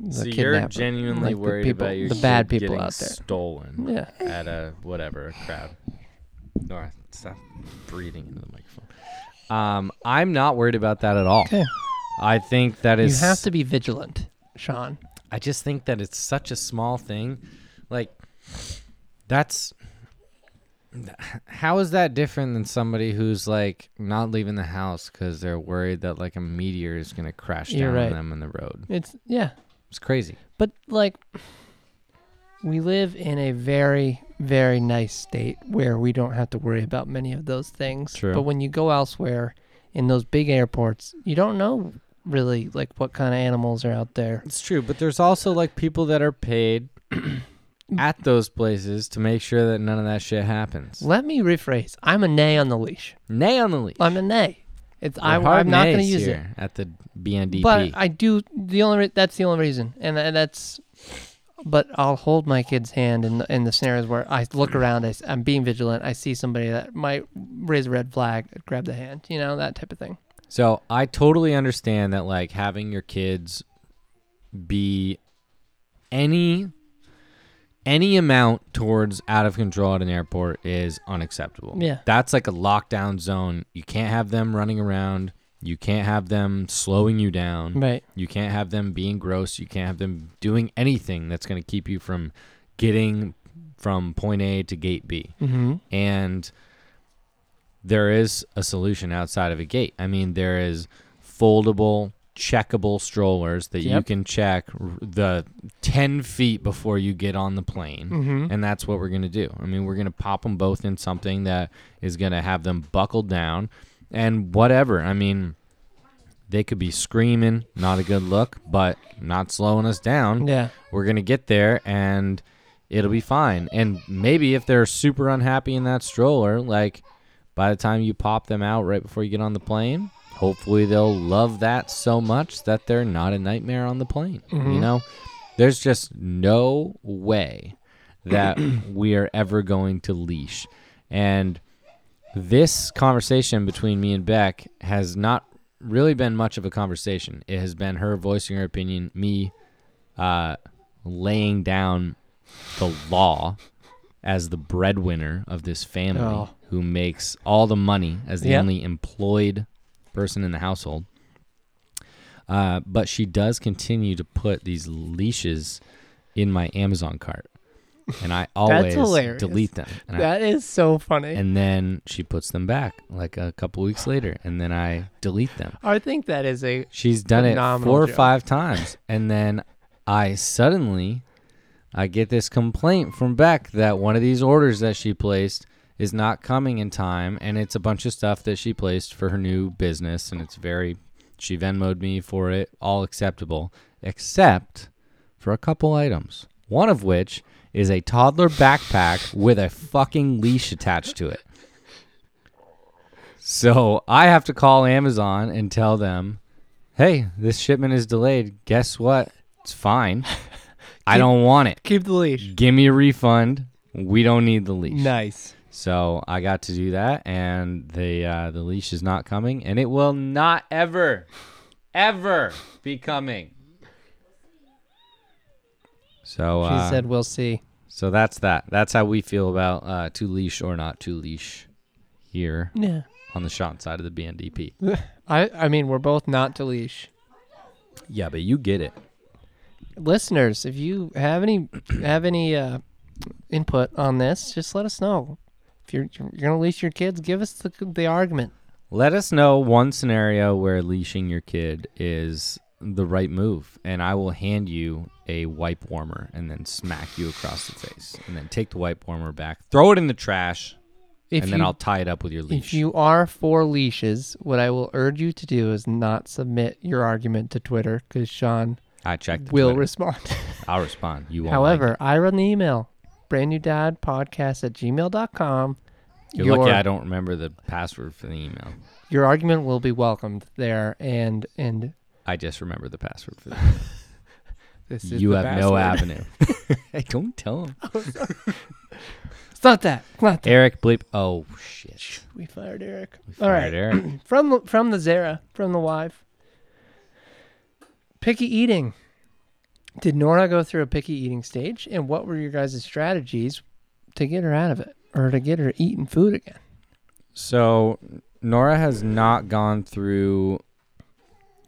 Speaker 2: the
Speaker 3: so you're
Speaker 2: kidnapper,
Speaker 3: genuinely
Speaker 2: like the
Speaker 3: worried
Speaker 2: people-
Speaker 3: about your
Speaker 2: the bad
Speaker 3: kid
Speaker 2: people
Speaker 3: getting
Speaker 2: out there.
Speaker 3: stolen
Speaker 2: Yeah.
Speaker 3: at a whatever a crowd. Nora, stop breathing into the microphone. Um, I'm not worried about that at all.
Speaker 2: Okay.
Speaker 3: I think that
Speaker 2: You
Speaker 3: is.
Speaker 2: have to be vigilant, Sean.
Speaker 3: I just think that it's such a small thing. Like, that's. How is that different than somebody who's like not leaving the house because they're worried that like a meteor is gonna crash
Speaker 2: You're
Speaker 3: down
Speaker 2: right.
Speaker 3: on them in the road?
Speaker 2: It's yeah,
Speaker 3: It's crazy.
Speaker 2: but like we live in a very very nice state where we don't have to worry about many of those things.
Speaker 3: True.
Speaker 2: But when you go elsewhere in those big airports, you don't know really like what kind of animals are out there.
Speaker 3: It's true, but there's also like people that are paid at those places to make sure that none of that shit happens.
Speaker 2: Let me rephrase. I'm a nay on the leash.
Speaker 3: Nay on the leash.
Speaker 2: I'm a nay. It's I,
Speaker 3: We're hard
Speaker 2: I'm not going to
Speaker 3: nays
Speaker 2: use it.
Speaker 3: here at the BNDP.
Speaker 2: But I do the only re- that's the only reason, and, and that's. But I'll hold my kid's hand in the, in the scenarios where I look around, I, am being vigilant, I see somebody that might raise a red flag, grab the hand, you know that type of thing.
Speaker 3: So I totally understand that like having your kids be any any amount towards out of control at an airport is unacceptable.
Speaker 2: Yeah.
Speaker 3: That's like a lockdown zone. You can't have them running around. You can't have them slowing you down.
Speaker 2: Right.
Speaker 3: You can't have them being gross. You can't have them doing anything that's going to keep you from getting from point A to gate B
Speaker 2: Mm-hmm.
Speaker 3: and there is a solution outside of a gate. I mean, there is foldable checkable strollers that you
Speaker 2: Yep.
Speaker 3: can check r- the 10 feet before you get on the plane.
Speaker 2: Mm-hmm.
Speaker 3: And that's what we're going to do. I mean, we're going to pop them both in something that is going to have them buckled down and whatever. I mean, they could be screaming, not a good look, but not slowing us down.
Speaker 2: Yeah.
Speaker 3: We're going to get there and it'll be fine. And maybe if they're super unhappy in that stroller, like by the time you pop them out right before you get on the plane, hopefully they'll love that so much that they're not a nightmare on the plane. You know, there's just no way that we are ever going to leash. And this conversation between me and Beck has not really been much of a conversation. It has been her voicing her opinion, me uh, laying down the law as the breadwinner of this family
Speaker 2: Oh.
Speaker 3: who makes all the money as the
Speaker 2: Yeah.
Speaker 3: only employed person in the household. Uh, but she does continue to put these leashes in my Amazon cart. And I always
Speaker 2: hilarious.
Speaker 3: delete them. And I
Speaker 2: That is so funny.
Speaker 3: and then she puts them back like a couple weeks later and then i delete them
Speaker 2: I think that is a
Speaker 3: she's done it
Speaker 2: Phenomenal
Speaker 3: four or
Speaker 2: job.
Speaker 3: five times and then i suddenly i get this complaint from beck that one of these orders that she placed is not coming in time and it's a bunch of stuff that she placed for her new business and it's very she venmoed me for it all acceptable except for a couple items one of which is a toddler backpack with a fucking leash attached to it so I have to call Amazon and tell them, "Hey, this shipment is delayed. Guess what? It's fine. I don't want it.
Speaker 2: keep the leash.
Speaker 3: Give me a refund. We don't need the leash."
Speaker 2: Nice.
Speaker 3: So I got to do that, and the uh, the leash is not coming, and it will not ever, ever be coming. So
Speaker 2: She
Speaker 3: uh,
Speaker 2: said, "We'll see."
Speaker 3: so that's that. That's how we feel about uh, to leash or not to leash here
Speaker 2: Yeah.
Speaker 3: on the shot side of the BNDP.
Speaker 2: I I mean, we're both not to leash.
Speaker 3: Yeah, but you get it.
Speaker 2: Listeners, if you have any have any uh, input on this, just let us know. If you're you're gonna leash your kids, give us the the argument.
Speaker 3: Let us know one scenario where leashing your kid is the right move, and I will hand you a wipe warmer and then smack you across the face, and then take the wipe warmer back, throw it in the trash,
Speaker 2: If
Speaker 3: and
Speaker 2: you
Speaker 3: then I'll tie it up with your leash.
Speaker 2: if you are for leashes, what I will urge you to do is not submit your argument to Twitter because Sean
Speaker 3: I checked. The
Speaker 2: will
Speaker 3: Twitter.
Speaker 2: respond.
Speaker 3: I'll respond. You won't.
Speaker 2: However,
Speaker 3: like
Speaker 2: I run the email brand new dad podcast at gmail.com.
Speaker 3: it. you're lucky I don't remember the password for the email.
Speaker 2: your argument will be welcomed there and and
Speaker 3: I just remember the password for that.
Speaker 2: this is
Speaker 3: You
Speaker 2: the
Speaker 3: have no
Speaker 2: password.
Speaker 3: avenue. hey, don't tell him.
Speaker 2: It's not that. It's not that.
Speaker 3: Eric bleep. Oh shit.
Speaker 2: We fired Eric.
Speaker 3: We
Speaker 2: All right.
Speaker 3: fired Eric.
Speaker 2: From the- from the Zara, from the wife. Picky eating. Did Nora go through a picky eating stage? And what were your guys' strategies to get her out of it or to get her eating food again?
Speaker 3: So Nora has not gone through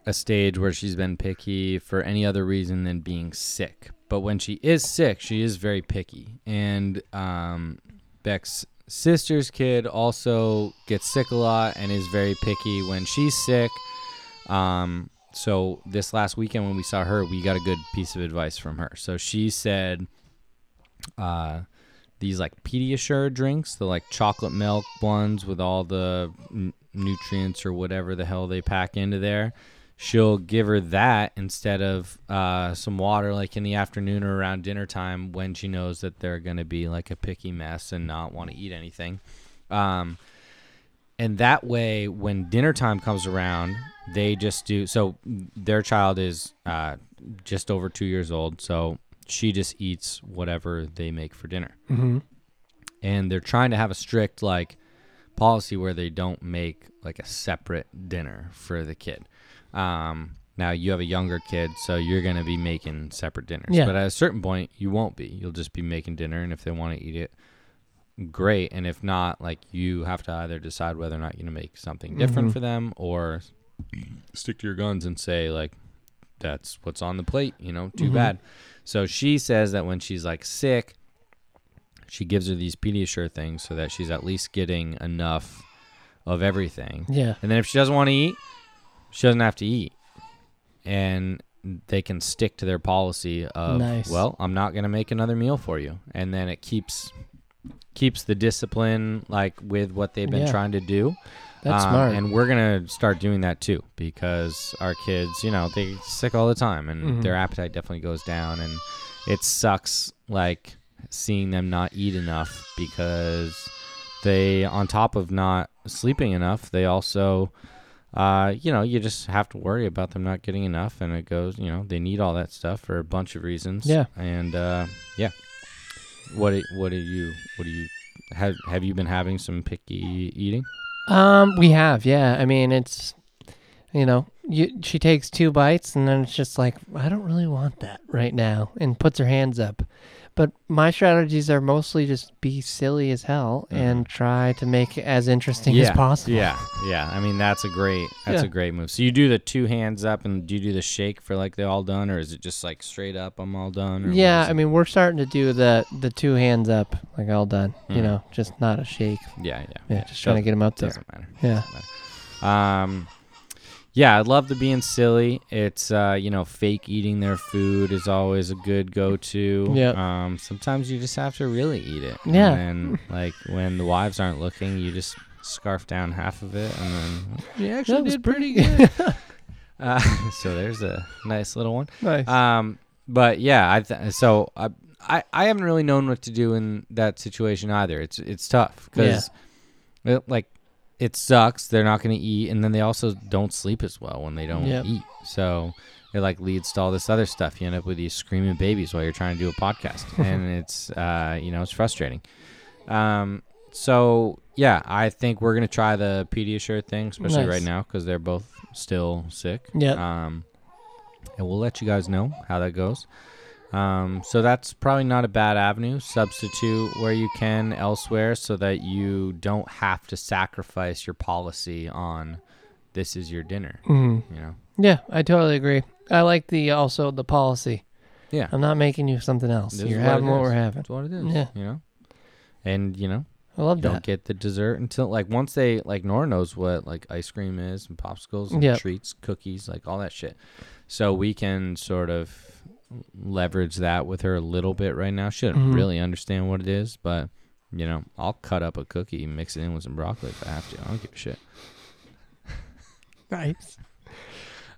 Speaker 3: a stage where she's been picky for any other reason than being sick. But when she is sick, she is very picky. And um, Beck's sister's kid also gets sick a lot and is very picky when she's sick. Um, so this last weekend when we saw her, we got a good piece of advice from her. So she said, uh, these like Pediasure drinks, the like chocolate milk ones with all the n- nutrients or whatever the hell they pack into there. She'll give her that instead of uh, some water, like in the afternoon or around dinner time, when she knows that they're gonna be like a picky mess and not want to eat anything. Um, and that way, when dinner time comes around, they just do. So their child is uh, just over two years old, so she just eats whatever they make for dinner and they're trying to have a strict like policy where they don't make like a separate dinner for the kid. Um, now you have a younger kid, so you're gonna be making separate dinners.
Speaker 2: Yeah.
Speaker 3: But at a certain point, you won't be. You'll just be making dinner, and if they want to eat it, great. And if not, like you have to either decide whether or not you're gonna make something different for them, or stick to your guns and say like, that's what's on the plate. You know, too bad. So she says that when she's like sick, she gives her these Pediasure things so that she's at least getting enough of everything.
Speaker 2: Yeah.
Speaker 3: And then if she doesn't want to eat, she doesn't have to eat. and they can stick to their policy of
Speaker 2: Nice.
Speaker 3: well i'm not going to make another meal for you and then it keeps keeps the discipline like with what they've been
Speaker 2: Yeah.
Speaker 3: trying to do Um,
Speaker 2: That's smart.
Speaker 3: and we're gonna start doing that too because our kids you know they sick all the time and
Speaker 2: Mhm.
Speaker 3: their appetite definitely goes down and it sucks like seeing them not eat enough because they on top of not sleeping enough they also uh, you know you just have to worry about them not getting enough and it goes you know they need all that stuff for a bunch of reasons
Speaker 2: Yeah.
Speaker 3: and uh, yeah what do- what do you what do you have have you been having some picky eating
Speaker 2: Um, we have, yeah. I mean, it's you know, you she takes two bites and then it's just like I don't really want that right now, and puts her hands up. But my strategies are mostly just be silly as hell and try to make it as interesting as possible.
Speaker 3: Yeah, yeah. I mean, that's a great that's
Speaker 2: Yeah.
Speaker 3: a great move. So you do the two hands up, and do you do the shake for like the all done, or is it just like straight up? I'm all done. Or what
Speaker 2: Yeah,
Speaker 3: is
Speaker 2: I
Speaker 3: it?
Speaker 2: mean, we're starting to do the the two hands up, like all done. You
Speaker 3: Mhm.
Speaker 2: know, just not a shake.
Speaker 3: yeah, yeah,
Speaker 2: Yeah, just trying to get him up there.
Speaker 3: Doesn't matter.
Speaker 2: Yeah.
Speaker 3: Um, yeah, I love the being silly. It's uh, you know, fake eating their food is always a good go-to.
Speaker 2: Yep.
Speaker 3: Um, sometimes you just have to really eat it.
Speaker 2: Yeah.
Speaker 3: And then, like when the wives aren't looking, you just scarf down half of it, and then you actually
Speaker 2: That was
Speaker 3: did
Speaker 2: pretty
Speaker 3: pretty good. uh, so there's a nice little one.
Speaker 2: Nice.
Speaker 3: Um, but yeah, I th- so I, I I haven't really known what to do in that situation either. It's it's tough because like it sucks. They're not going to eat, and then they also don't sleep as well when they don't
Speaker 2: Yep.
Speaker 3: eat. So it like leads to all this other stuff. You end up with these screaming babies while you're trying to do a podcast, and it's uh you know it's frustrating. Um. So yeah, I think we're gonna try the Pediasure thing, especially
Speaker 2: Nice.
Speaker 3: right now because they're both still sick.
Speaker 2: Yep.
Speaker 3: Um, and we'll let you guys know how that goes. Um, so that's probably not a bad avenue. Substitute where you can elsewhere so that you don't have to sacrifice your policy on this is your dinner.
Speaker 2: Mhm.
Speaker 3: You know?
Speaker 2: Yeah, I totally agree. I like the uh, also the policy.
Speaker 3: Yeah.
Speaker 2: I'm not making you something else.
Speaker 3: This is
Speaker 2: You're
Speaker 3: what it
Speaker 2: having what
Speaker 3: is.
Speaker 2: we're having.
Speaker 3: That's what it is.
Speaker 2: Um, Yeah.
Speaker 3: You know? And you know,
Speaker 2: I love
Speaker 3: don't
Speaker 2: that.
Speaker 3: get the dessert until like once they like Nora knows what like ice cream is and popsicles and
Speaker 2: Yep.
Speaker 3: treats, cookies, like all that shit. So we can sort of leverage that with her a little bit right now. She doesn't
Speaker 2: Mhm.
Speaker 3: really understand what it is, but you know, I'll cut up a cookie and mix it in with some broccoli if I have to. I don't give a shit.
Speaker 2: Nice.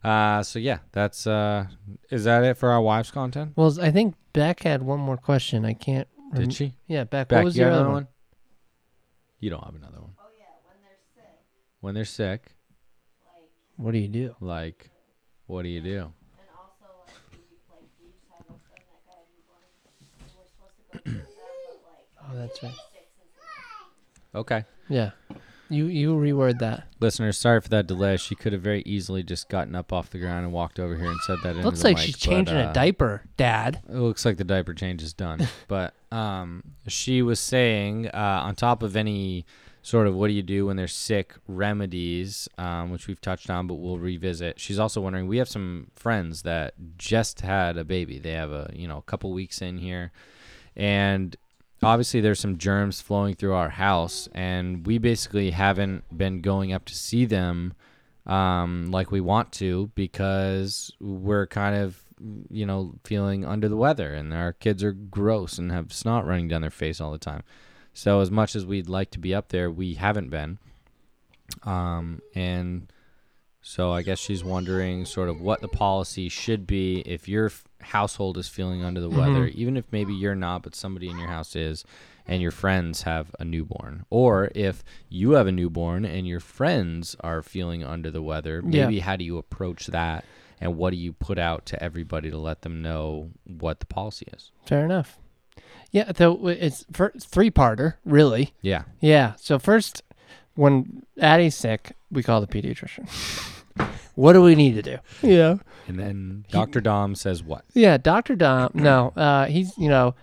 Speaker 3: Uh, so yeah, that's uh, is that it for our wives content?
Speaker 2: Well, I think Beck had one more question. I can't. rem-
Speaker 3: Did she?
Speaker 2: Yeah, Beck.
Speaker 3: Back,
Speaker 2: Mm-hmm. what was
Speaker 3: you
Speaker 2: your
Speaker 3: have
Speaker 2: other
Speaker 3: another
Speaker 2: one?
Speaker 3: one? You don't have another one. Oh yeah, when they're sick. When they're sick.
Speaker 2: What do you do?
Speaker 3: Like, what do you do?
Speaker 2: Oh, that's right.
Speaker 3: Okay.
Speaker 2: Yeah, you you reword that.
Speaker 3: Listeners, sorry for that delay. She could have very easily just gotten up off the ground and walked over here and said that. into
Speaker 2: Looks
Speaker 3: the
Speaker 2: like
Speaker 3: mic,
Speaker 2: she's
Speaker 3: but,
Speaker 2: changing
Speaker 3: uh,
Speaker 2: a diaper, Dad.
Speaker 3: It looks like the diaper change is done. but um, she was saying, uh, on top of any sort of what do you do when they're sick remedies, um, which we've touched on, but we'll revisit. She's also wondering we have some friends that just had a baby. They have a you know a couple weeks in here, and obviously there's some germs flowing through our house, and we basically haven't been going up to see them um, like we want to because we're kind of you know feeling under the weather and our kids are gross and have snot running down their face all the time so as much as we'd like to be up there we haven't been um, and so i guess she's wondering sort of what the policy should be if your f- household is feeling under the
Speaker 2: Mm-hmm.
Speaker 3: weather even if maybe you're not but somebody in your house is and your friends have a newborn or if you have a newborn and your friends are feeling under the weather
Speaker 2: Yeah.
Speaker 3: maybe how do you approach that and what do you put out to everybody to let them know what the policy is
Speaker 2: Fair enough. Yeah, though it's three parter, really.
Speaker 3: yeah
Speaker 2: Yeah. So first, when Addie's sick, we call the pediatrician. what do we need to do? Yeah.
Speaker 3: and then dr dom says what
Speaker 2: Yeah, Doctor Dom. No, uh, he's you know,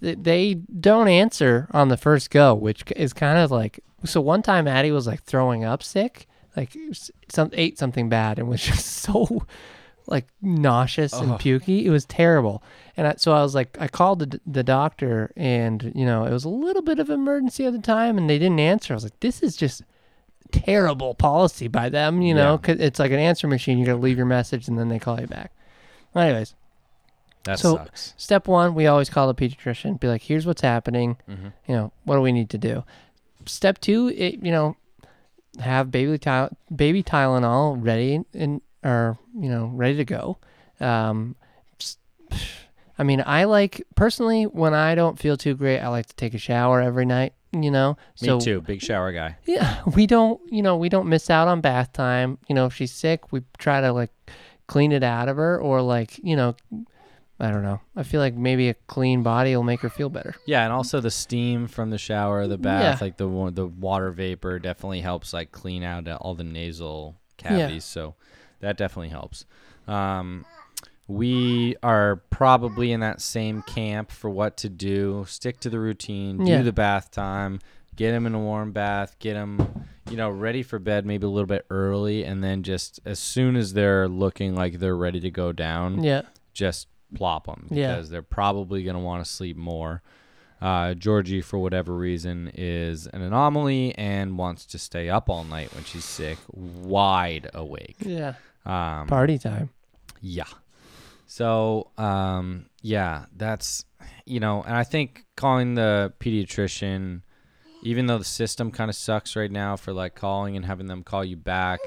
Speaker 2: th- they don't answer on the first go, which c- is kind of like. So one time, Addie was like throwing up, sick, like s- some ate something bad, and was just so like nauseous and pukey. It was terrible, and I, so I was like, I called the, d- the doctor, and you know, it was a little bit of emergency at the time, and they didn't answer. I was like, this is just terrible policy by them, you know,
Speaker 3: Yeah.
Speaker 2: 'cause it's like an answer machine. You got to leave your message and then they call you back. Well, anyways,
Speaker 3: That
Speaker 2: So-
Speaker 3: sucks.
Speaker 2: step one, we always call the pediatrician, be like, here's what's happening.
Speaker 3: Mm-hmm.
Speaker 2: You know, what do we need to do? Step two, it, you know, have baby Ty- baby Tylenol ready and or you know ready to go. Um, s- I mean, I like personally when I don't feel too great, I like to take a shower every night. You know,
Speaker 3: Me
Speaker 2: so
Speaker 3: too. Big shower guy.
Speaker 2: yeah, we don't, you know, we don't miss out on bath time. You know, if she's sick, we try to like clean it out of her or like, you know, I don't know. I feel like maybe a clean body will make her feel better.
Speaker 3: Yeah, and also the steam from the shower, the bath,
Speaker 2: Yeah.
Speaker 3: like the wa- the water vapor definitely helps like clean out all the nasal cavities. So that definitely helps. Um, we are probably in that same camp for what to do. Stick to the routine.
Speaker 2: Yeah.
Speaker 3: Do the bath time. Get him in a warm bath. Get him, you know, ready for bed maybe a little bit early, and then just as soon as they're looking like they're ready to go down,
Speaker 2: Yeah.
Speaker 3: just plop them
Speaker 2: Yeah.
Speaker 3: because they're probably going to want to sleep more. Uh, Georgie, for whatever reason, is an anomaly and wants to stay up all night when she's sick, wide awake.
Speaker 2: Yeah.
Speaker 3: Um,
Speaker 2: Party time.
Speaker 3: yeah. So, um, yeah, that's, you know, and I think calling the pediatrician, even though the system kind of sucks right now for like calling and having them call you back,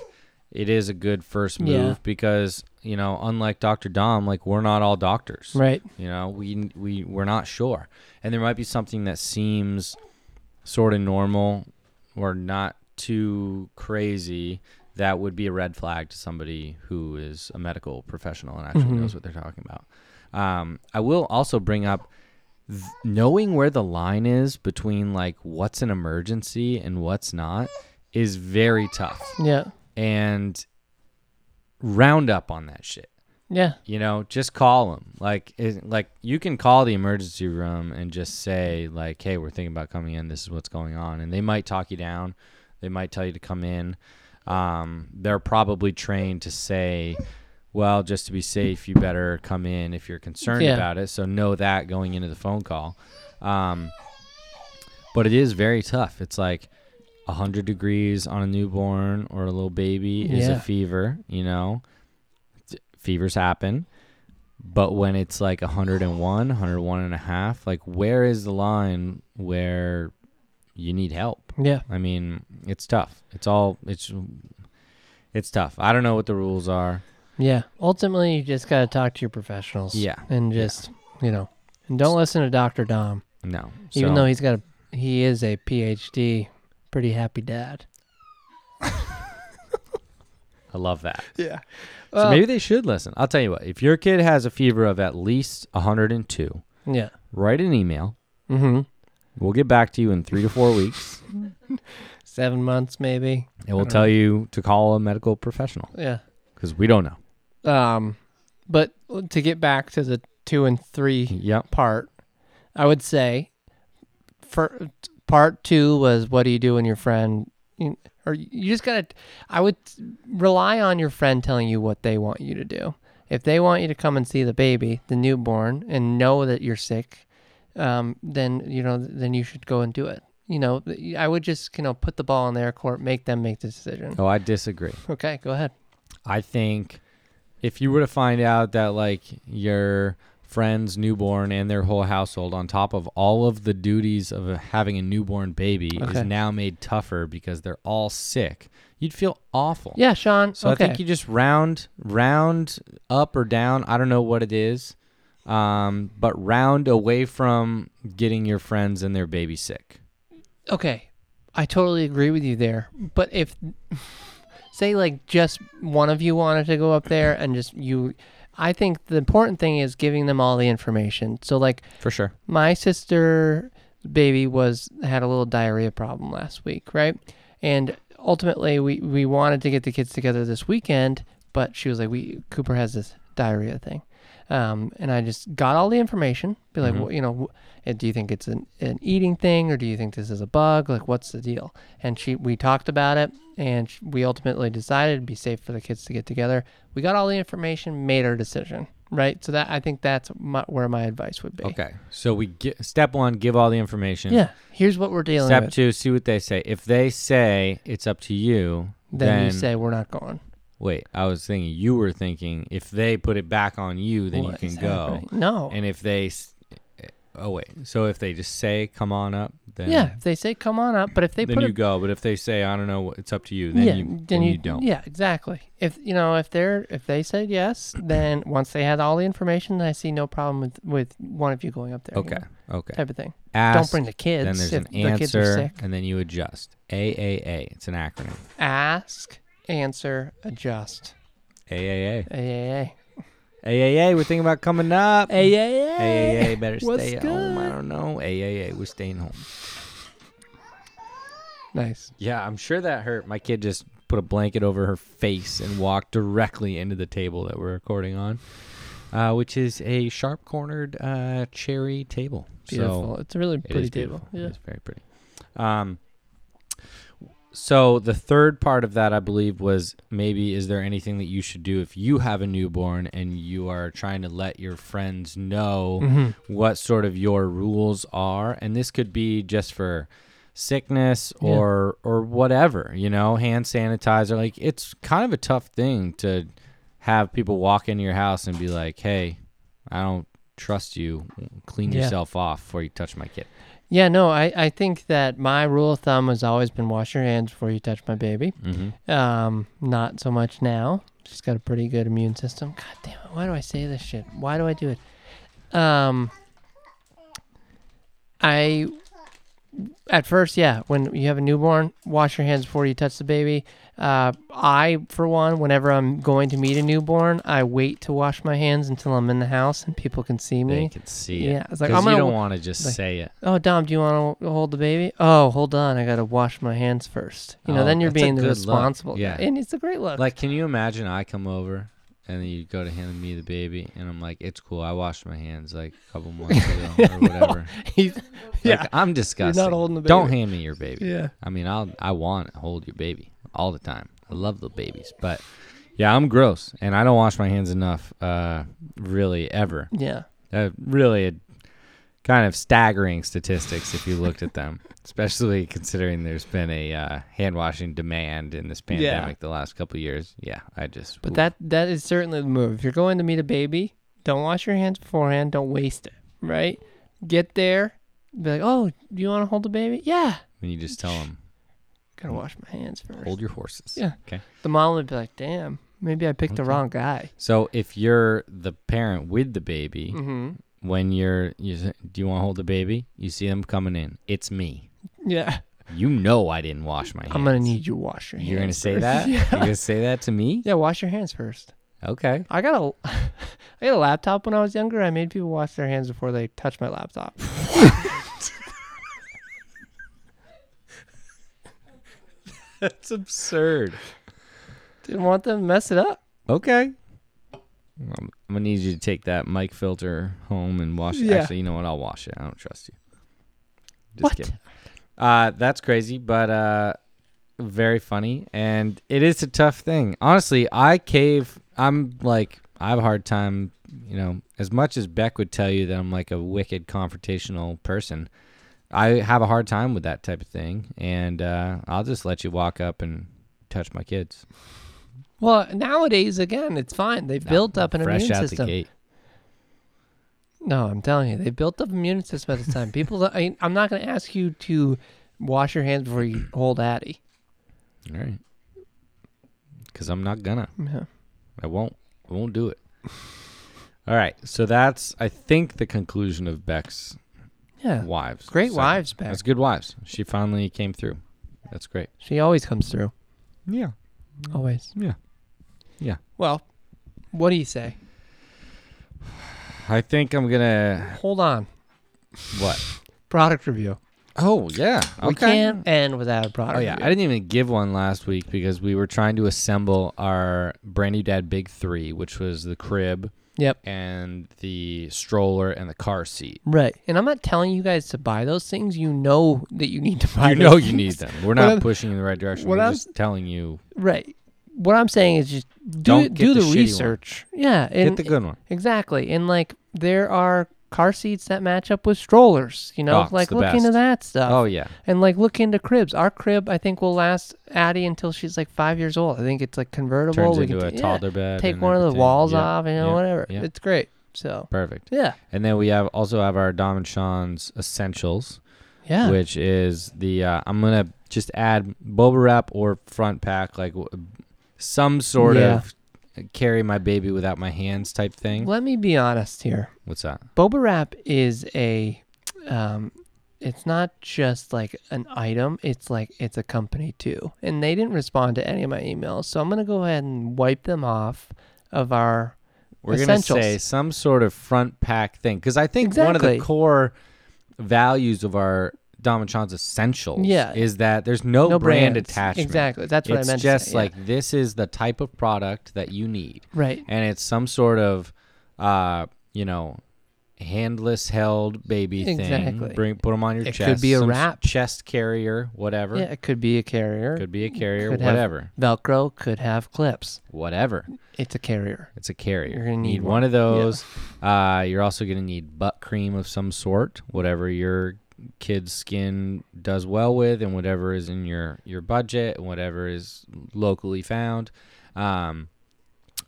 Speaker 3: it is a good first move
Speaker 2: Yeah.
Speaker 3: because, you know, unlike Dr. Dom, like we're not all doctors.
Speaker 2: Right.
Speaker 3: You know, we we we're not sure, and there might be something that seems sort of normal or not too crazy that would be a red flag to somebody who is a medical professional and actually knows what they're talking about. Um, I will also bring up th- knowing where the line is between like what's an emergency and what's not is very tough,
Speaker 2: Yeah.
Speaker 3: and round up on that shit
Speaker 2: Yeah.
Speaker 3: you know just call them like it, like you can call the emergency room and just say like hey we're thinking about coming in this is what's going on and they might talk you down they might tell you to come in um, they're probably trained to say well just to be safe you better come in if you're concerned
Speaker 2: Yeah.
Speaker 3: about it so know that going into the phone call um, but it is very tough it's like 100 degrees on a newborn or a little baby is a
Speaker 2: Yeah.
Speaker 3: fever you know fevers happen but when it's like 101 101 and a half like where is the line where you need help
Speaker 2: Yeah.
Speaker 3: i mean it's tough it's all it's it's tough i don't know what the rules are
Speaker 2: Yeah. Ultimately, you just got to talk to your professionals.
Speaker 3: Yeah.
Speaker 2: And just, you know, and don't listen to Dr. Dom,
Speaker 3: no
Speaker 2: even
Speaker 3: So-
Speaker 2: though he's got a, he is a PhD, pretty happy dad.
Speaker 3: i love that
Speaker 2: Yeah.
Speaker 3: so maybe they should listen i'll tell you what if your kid has a fever of at least 102
Speaker 2: Yeah.
Speaker 3: write an email
Speaker 2: Mm-hmm.
Speaker 3: we'll get back to you in three to four weeks
Speaker 2: Seven months, maybe.
Speaker 3: and we'll tell you to call a medical professional
Speaker 2: Yeah.
Speaker 3: because we don't know
Speaker 2: Um, but to get back to the two and three
Speaker 3: yep
Speaker 2: part, I would say, for part two was what do you do when your friend, you- or you just gotta, I would rely on your friend telling you what they want you to do. If they want you to come and see the baby, the newborn, and know that you're sick, um, then you know then you should go and do it. You know, I would just you know put the ball in their court, make them make the decision.
Speaker 3: oh i disagree
Speaker 2: Okay, go ahead.
Speaker 3: I think if you were to find out that like your friend's newborn and their whole household on top of all of the duties of having a newborn baby is
Speaker 2: Okay.
Speaker 3: now made tougher because they're all sick, you'd feel awful.
Speaker 2: Yeah, Sean.
Speaker 3: So
Speaker 2: okay.
Speaker 3: I think you just round round up or down, I don't know what it is. Um, but round away from getting your friends and their baby sick.
Speaker 2: okay i totally agree with you there but if say like just one of you wanted to go up there and just you i think the important thing is giving them all the information so like
Speaker 3: For sure.
Speaker 2: my sister baby was had a little diarrhea problem last week right and ultimately we we wanted to get the kids together this weekend but she was like we cooper has this diarrhea thing um, and I just got all the information. Be like, well, you know, wh- do you think it's an, an eating thing, or do you think this is a bug? Like, what's the deal? And she, we talked about it, and sh we ultimately decided it'd be safe for the kids to get together. We got all the information, made our decision, right? So that I think that's my, where my advice would be.
Speaker 3: Okay. So we get, step one, give all the information.
Speaker 2: Yeah. Here's what we're dealing
Speaker 3: Step
Speaker 2: with.
Speaker 3: two, see what they say. If they say it's up to you,
Speaker 2: Then, you say we're not going.
Speaker 3: wait. I was thinking you were thinking if they put it back on you, then
Speaker 2: What
Speaker 3: you
Speaker 2: is
Speaker 3: can go.
Speaker 2: happening? No.
Speaker 3: And if they, s- oh wait. So if they just say come on up, then
Speaker 2: yeah. If they say come on up, but if they
Speaker 3: then
Speaker 2: put
Speaker 3: you
Speaker 2: it
Speaker 3: go. But if they say I don't know, what- it's up to you, then you then, you, don't.
Speaker 2: Yeah, exactly. If you know, if they're if they said yes, then once they had all the information, I see no problem with with one of you going up there. you
Speaker 3: Okay.
Speaker 2: know,
Speaker 3: Okay.
Speaker 2: type of thing.
Speaker 3: Ask,
Speaker 2: Don't bring the kids.
Speaker 3: Then there's
Speaker 2: if
Speaker 3: an
Speaker 2: the kids are
Speaker 3: answer,
Speaker 2: sick.
Speaker 3: and then you adjust. AAA. It's an acronym.
Speaker 2: Ask, answer, adjust.
Speaker 3: AAA.
Speaker 2: AAA.
Speaker 3: AAA. We're thinking about coming up.
Speaker 2: AAA.
Speaker 3: AAA better
Speaker 2: What's
Speaker 3: stay at home. I
Speaker 2: good?
Speaker 3: don't know. AAA, we're staying home.
Speaker 2: Nice.
Speaker 3: Yeah, I'm sure that hurt. My kid just put a blanket over her face and walked directly into the table that we're recording on, uh, which is a sharp cornered uh, cherry table.
Speaker 2: Beautiful.
Speaker 3: So
Speaker 2: it's a really
Speaker 3: it is
Speaker 2: pretty table.
Speaker 3: beautiful.
Speaker 2: Yeah.
Speaker 3: It's very pretty. Um, so the third part of that, I believe, was maybe is there anything that you should do if you have a newborn and you are trying to let your friends know
Speaker 2: Mm-hmm.
Speaker 3: what sort of your rules are, and this could be just for sickness
Speaker 2: Yeah.
Speaker 3: or or whatever, you know, hand sanitizer. Like it's kind of a tough thing to have people walk into your house and be like, "Hey, I don't trust you. Clean
Speaker 2: Yeah.
Speaker 3: yourself off before you touch my kid."
Speaker 2: Yeah, no, I, I think that my rule of thumb has always been wash your hands before you touch my baby.
Speaker 3: Mm-hmm.
Speaker 2: Um, not so much now. She's got a pretty good immune system. God damn it! Why do I say this shit? Why do I do it? Um, I at first, yeah, when you have a newborn, wash your hands before you touch the baby. Uh, I, for one, whenever I'm going to meet a newborn, I wait to wash my hands until I'm in the house and people can see me.
Speaker 3: They can see it.
Speaker 2: Yeah, it's like,
Speaker 3: 'Cause
Speaker 2: I'm
Speaker 3: you
Speaker 2: gonna
Speaker 3: don't
Speaker 2: wa-
Speaker 3: want to just
Speaker 2: like-
Speaker 3: say it.
Speaker 2: Oh, Dom, do you want to hold the baby? Oh, hold on, I gotta wash my hands first. You know,
Speaker 3: Oh,
Speaker 2: then you're
Speaker 3: that's a
Speaker 2: being
Speaker 3: good look.
Speaker 2: responsible.
Speaker 3: Yeah.
Speaker 2: and it's a great look.
Speaker 3: Like, can you imagine I come over and then you go to hand me the baby and I'm like, it's cool. I washed my hands like a couple months ago or whatever.
Speaker 2: He's-
Speaker 3: Like,
Speaker 2: yeah,
Speaker 3: I'm disgusting.
Speaker 2: holding the
Speaker 3: Don't
Speaker 2: baby.
Speaker 3: hand me your baby.
Speaker 2: yeah.
Speaker 3: I mean, I'll I want to hold your baby all the time. I love little babies, but yeah, I'm gross and I don't wash my hands enough. Uh, really ever.
Speaker 2: Yeah.
Speaker 3: Uh, really a kind of staggering statistics if you looked at them, especially considering there's been a uh, hand washing demand in this pandemic the last couple of years. Yeah, I just.
Speaker 2: But that that is certainly the move. If you're going to meet a baby, don't wash your hands beforehand. Don't waste it. Right? Get there, be like, oh, do you want to hold the baby? Yeah.
Speaker 3: when you just tell them,
Speaker 2: Gotta wash my hands first.
Speaker 3: hold your horses.
Speaker 2: Yeah.
Speaker 3: Okay.
Speaker 2: The mom would be like, damn, maybe I picked the wrong guy.
Speaker 3: So if you're the parent with the baby,
Speaker 2: Mm-hmm.
Speaker 3: when you're, you s- do you want to hold the baby? You see them coming in. It's me.
Speaker 2: Yeah.
Speaker 3: You know I didn't wash my hands.
Speaker 2: I'm gonna need you to wash your hands.
Speaker 3: You're gonna say
Speaker 2: first.
Speaker 3: that?
Speaker 2: yeah.
Speaker 3: You're gonna say that to me?
Speaker 2: Yeah, wash your hands first.
Speaker 3: Okay.
Speaker 2: I got a, I got a laptop when I was younger. I made people wash their hands before they touched my laptop.
Speaker 3: That's absurd.
Speaker 2: Didn't want them to mess it up.
Speaker 3: Okay. I'm, I'm gonna need you to take that mic filter home and wash it.
Speaker 2: Yeah.
Speaker 3: Actually, you know what? I'll wash it. I don't trust you. Just
Speaker 2: What?
Speaker 3: kidding. Uh, that's crazy, but uh, very funny, and it is a tough thing. Honestly, I cave. I'm like I have a hard time. You know, as much as Beck would tell you that I'm like a wicked confrontational person, I have a hard time with that type of thing, and uh, I'll just let you walk up and touch my kids.
Speaker 2: Well, nowadays again, it's fine. They've built up an
Speaker 3: fresh
Speaker 2: immune
Speaker 3: out
Speaker 2: system.
Speaker 3: the gate.
Speaker 2: No, I'm telling you, they built up immune system at the time. People, don't- I, I'm not going to ask you to wash your hands before you hold Addy.
Speaker 3: All right. Because I'm not gonna.
Speaker 2: Yeah.
Speaker 3: I won't. I won't do it. All right. So that's I think the conclusion of Beck's
Speaker 2: yeah.
Speaker 3: wives.
Speaker 2: Great
Speaker 3: segment.
Speaker 2: wives, Beck.
Speaker 3: That's good wives. She finally came through. That's great.
Speaker 2: She always comes through.
Speaker 3: Yeah. Mm.
Speaker 2: Always.
Speaker 3: Yeah. Yeah.
Speaker 2: Well, what do you say?
Speaker 3: I think I'm gonna
Speaker 2: Hold on.
Speaker 3: what?
Speaker 2: Product review.
Speaker 3: Oh yeah. Okay.
Speaker 2: We can't end without a product
Speaker 3: Oh yeah. I
Speaker 2: review.
Speaker 3: didn't even give one last week because we were trying to assemble our brand new dad big three, which was the crib
Speaker 2: Yep.
Speaker 3: and the stroller and the car seat.
Speaker 2: Right. And I'm not telling you guys to buy those things. You know that you need to buy
Speaker 3: you
Speaker 2: those
Speaker 3: know you
Speaker 2: things.
Speaker 3: need them. We're
Speaker 2: What
Speaker 3: not
Speaker 2: I'm-
Speaker 3: pushing you in the right direction.
Speaker 2: what
Speaker 3: We're
Speaker 2: I'm-
Speaker 3: just telling you
Speaker 2: Right. what I'm saying is just do
Speaker 3: Don't get
Speaker 2: do
Speaker 3: the
Speaker 2: the,
Speaker 3: shitty one.
Speaker 2: research. Yeah, and
Speaker 3: Get the good one.
Speaker 2: exactly. And like there are car seats that match up with strollers. You know,
Speaker 3: Oh, it's
Speaker 2: like
Speaker 3: the
Speaker 2: look into
Speaker 3: best.
Speaker 2: that stuff.
Speaker 3: Oh yeah.
Speaker 2: and like look into cribs. Our crib, I think, will last Addie until she's like five years old. I think it's like convertible.
Speaker 3: Turns
Speaker 2: we
Speaker 3: into
Speaker 2: can
Speaker 3: a
Speaker 2: t- yeah,
Speaker 3: toddler bed.
Speaker 2: take
Speaker 3: and
Speaker 2: one of the
Speaker 3: everything.
Speaker 2: walls
Speaker 3: Yeah,
Speaker 2: off, you know,
Speaker 3: yeah,
Speaker 2: whatever.
Speaker 3: yeah.
Speaker 2: It's great. So
Speaker 3: Perfect.
Speaker 2: yeah,
Speaker 3: And then we have also have our Dom and Sean's essentials,
Speaker 2: yeah,
Speaker 3: which is the uh, I'm gonna just add boba wrap or front pack, like w- some sort
Speaker 2: Yeah.
Speaker 3: of carry my baby without my hands type thing.
Speaker 2: Let me be honest here.
Speaker 3: What's that?
Speaker 2: Boba wrap is a, um, it's not just like an item. It's like it's a company too, and they didn't respond to any of my emails. So I'm gonna go ahead and wipe them off of our.
Speaker 3: We're gonna
Speaker 2: Essentials.
Speaker 3: say some sort of front pack thing because I think one of the
Speaker 2: Exactly.
Speaker 3: core values of our Dom and Sean's essentials
Speaker 2: Yeah.
Speaker 3: is that there's no,
Speaker 2: No
Speaker 3: brand
Speaker 2: brands.
Speaker 3: attachment.
Speaker 2: Exactly. That's what I
Speaker 3: it's
Speaker 2: meant to
Speaker 3: just
Speaker 2: say, yeah.
Speaker 3: like this is the type of product that you need.
Speaker 2: Right.
Speaker 3: and it's some sort of uh you know handless held baby
Speaker 2: Exactly.
Speaker 3: thing bring put them on your
Speaker 2: It
Speaker 3: chest
Speaker 2: could be a
Speaker 3: some s-
Speaker 2: wrap.
Speaker 3: chest carrier whatever
Speaker 2: Yeah, it could be a carrier.
Speaker 3: could be a carrier
Speaker 2: could have
Speaker 3: whatever
Speaker 2: Velcro could have clips.
Speaker 3: whatever
Speaker 2: It's a carrier.
Speaker 3: it's a carrier
Speaker 2: You're gonna need
Speaker 3: one, of those uh you're also gonna need butt cream of some sort whatever your kid's skin does well with and whatever is in your your budget and whatever is locally found um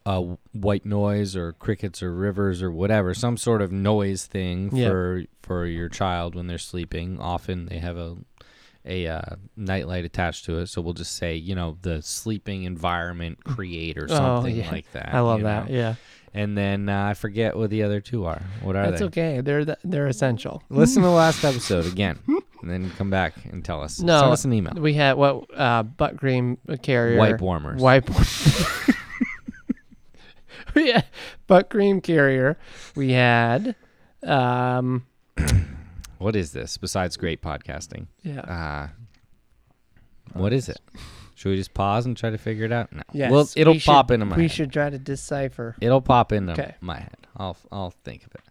Speaker 3: uh, white noise or crickets or rivers or whatever, some sort of noise thing
Speaker 2: Yeah.
Speaker 3: for for your child when they're sleeping. Often they have a a uh, nightlight attached to it, so we'll just say you know the sleeping environment create or something
Speaker 2: Oh, yeah.
Speaker 3: like that.
Speaker 2: I love
Speaker 3: you
Speaker 2: that.
Speaker 3: know?
Speaker 2: Yeah.
Speaker 3: And then uh, I forget what the other two are. What are
Speaker 2: That's
Speaker 3: they?
Speaker 2: okay. They're th- they're essential.
Speaker 3: Listen to the last episode again, and then come back and tell us.
Speaker 2: No,
Speaker 3: send us an email.
Speaker 2: We had what uh, butt cream carrier
Speaker 3: Wipe warmers.
Speaker 2: Wipe. yeah, butt cream carrier. We had. Um,
Speaker 3: What is this besides great podcasting?
Speaker 2: yeah.
Speaker 3: Uh, what is it? Should we just pause and try to figure it out? No.
Speaker 2: Yes,
Speaker 3: Well, it'll
Speaker 2: we should-
Speaker 3: pop into my
Speaker 2: We
Speaker 3: head.
Speaker 2: should try to decipher.
Speaker 3: It'll pop into
Speaker 2: Okay.
Speaker 3: my head. I'll I'll think of it.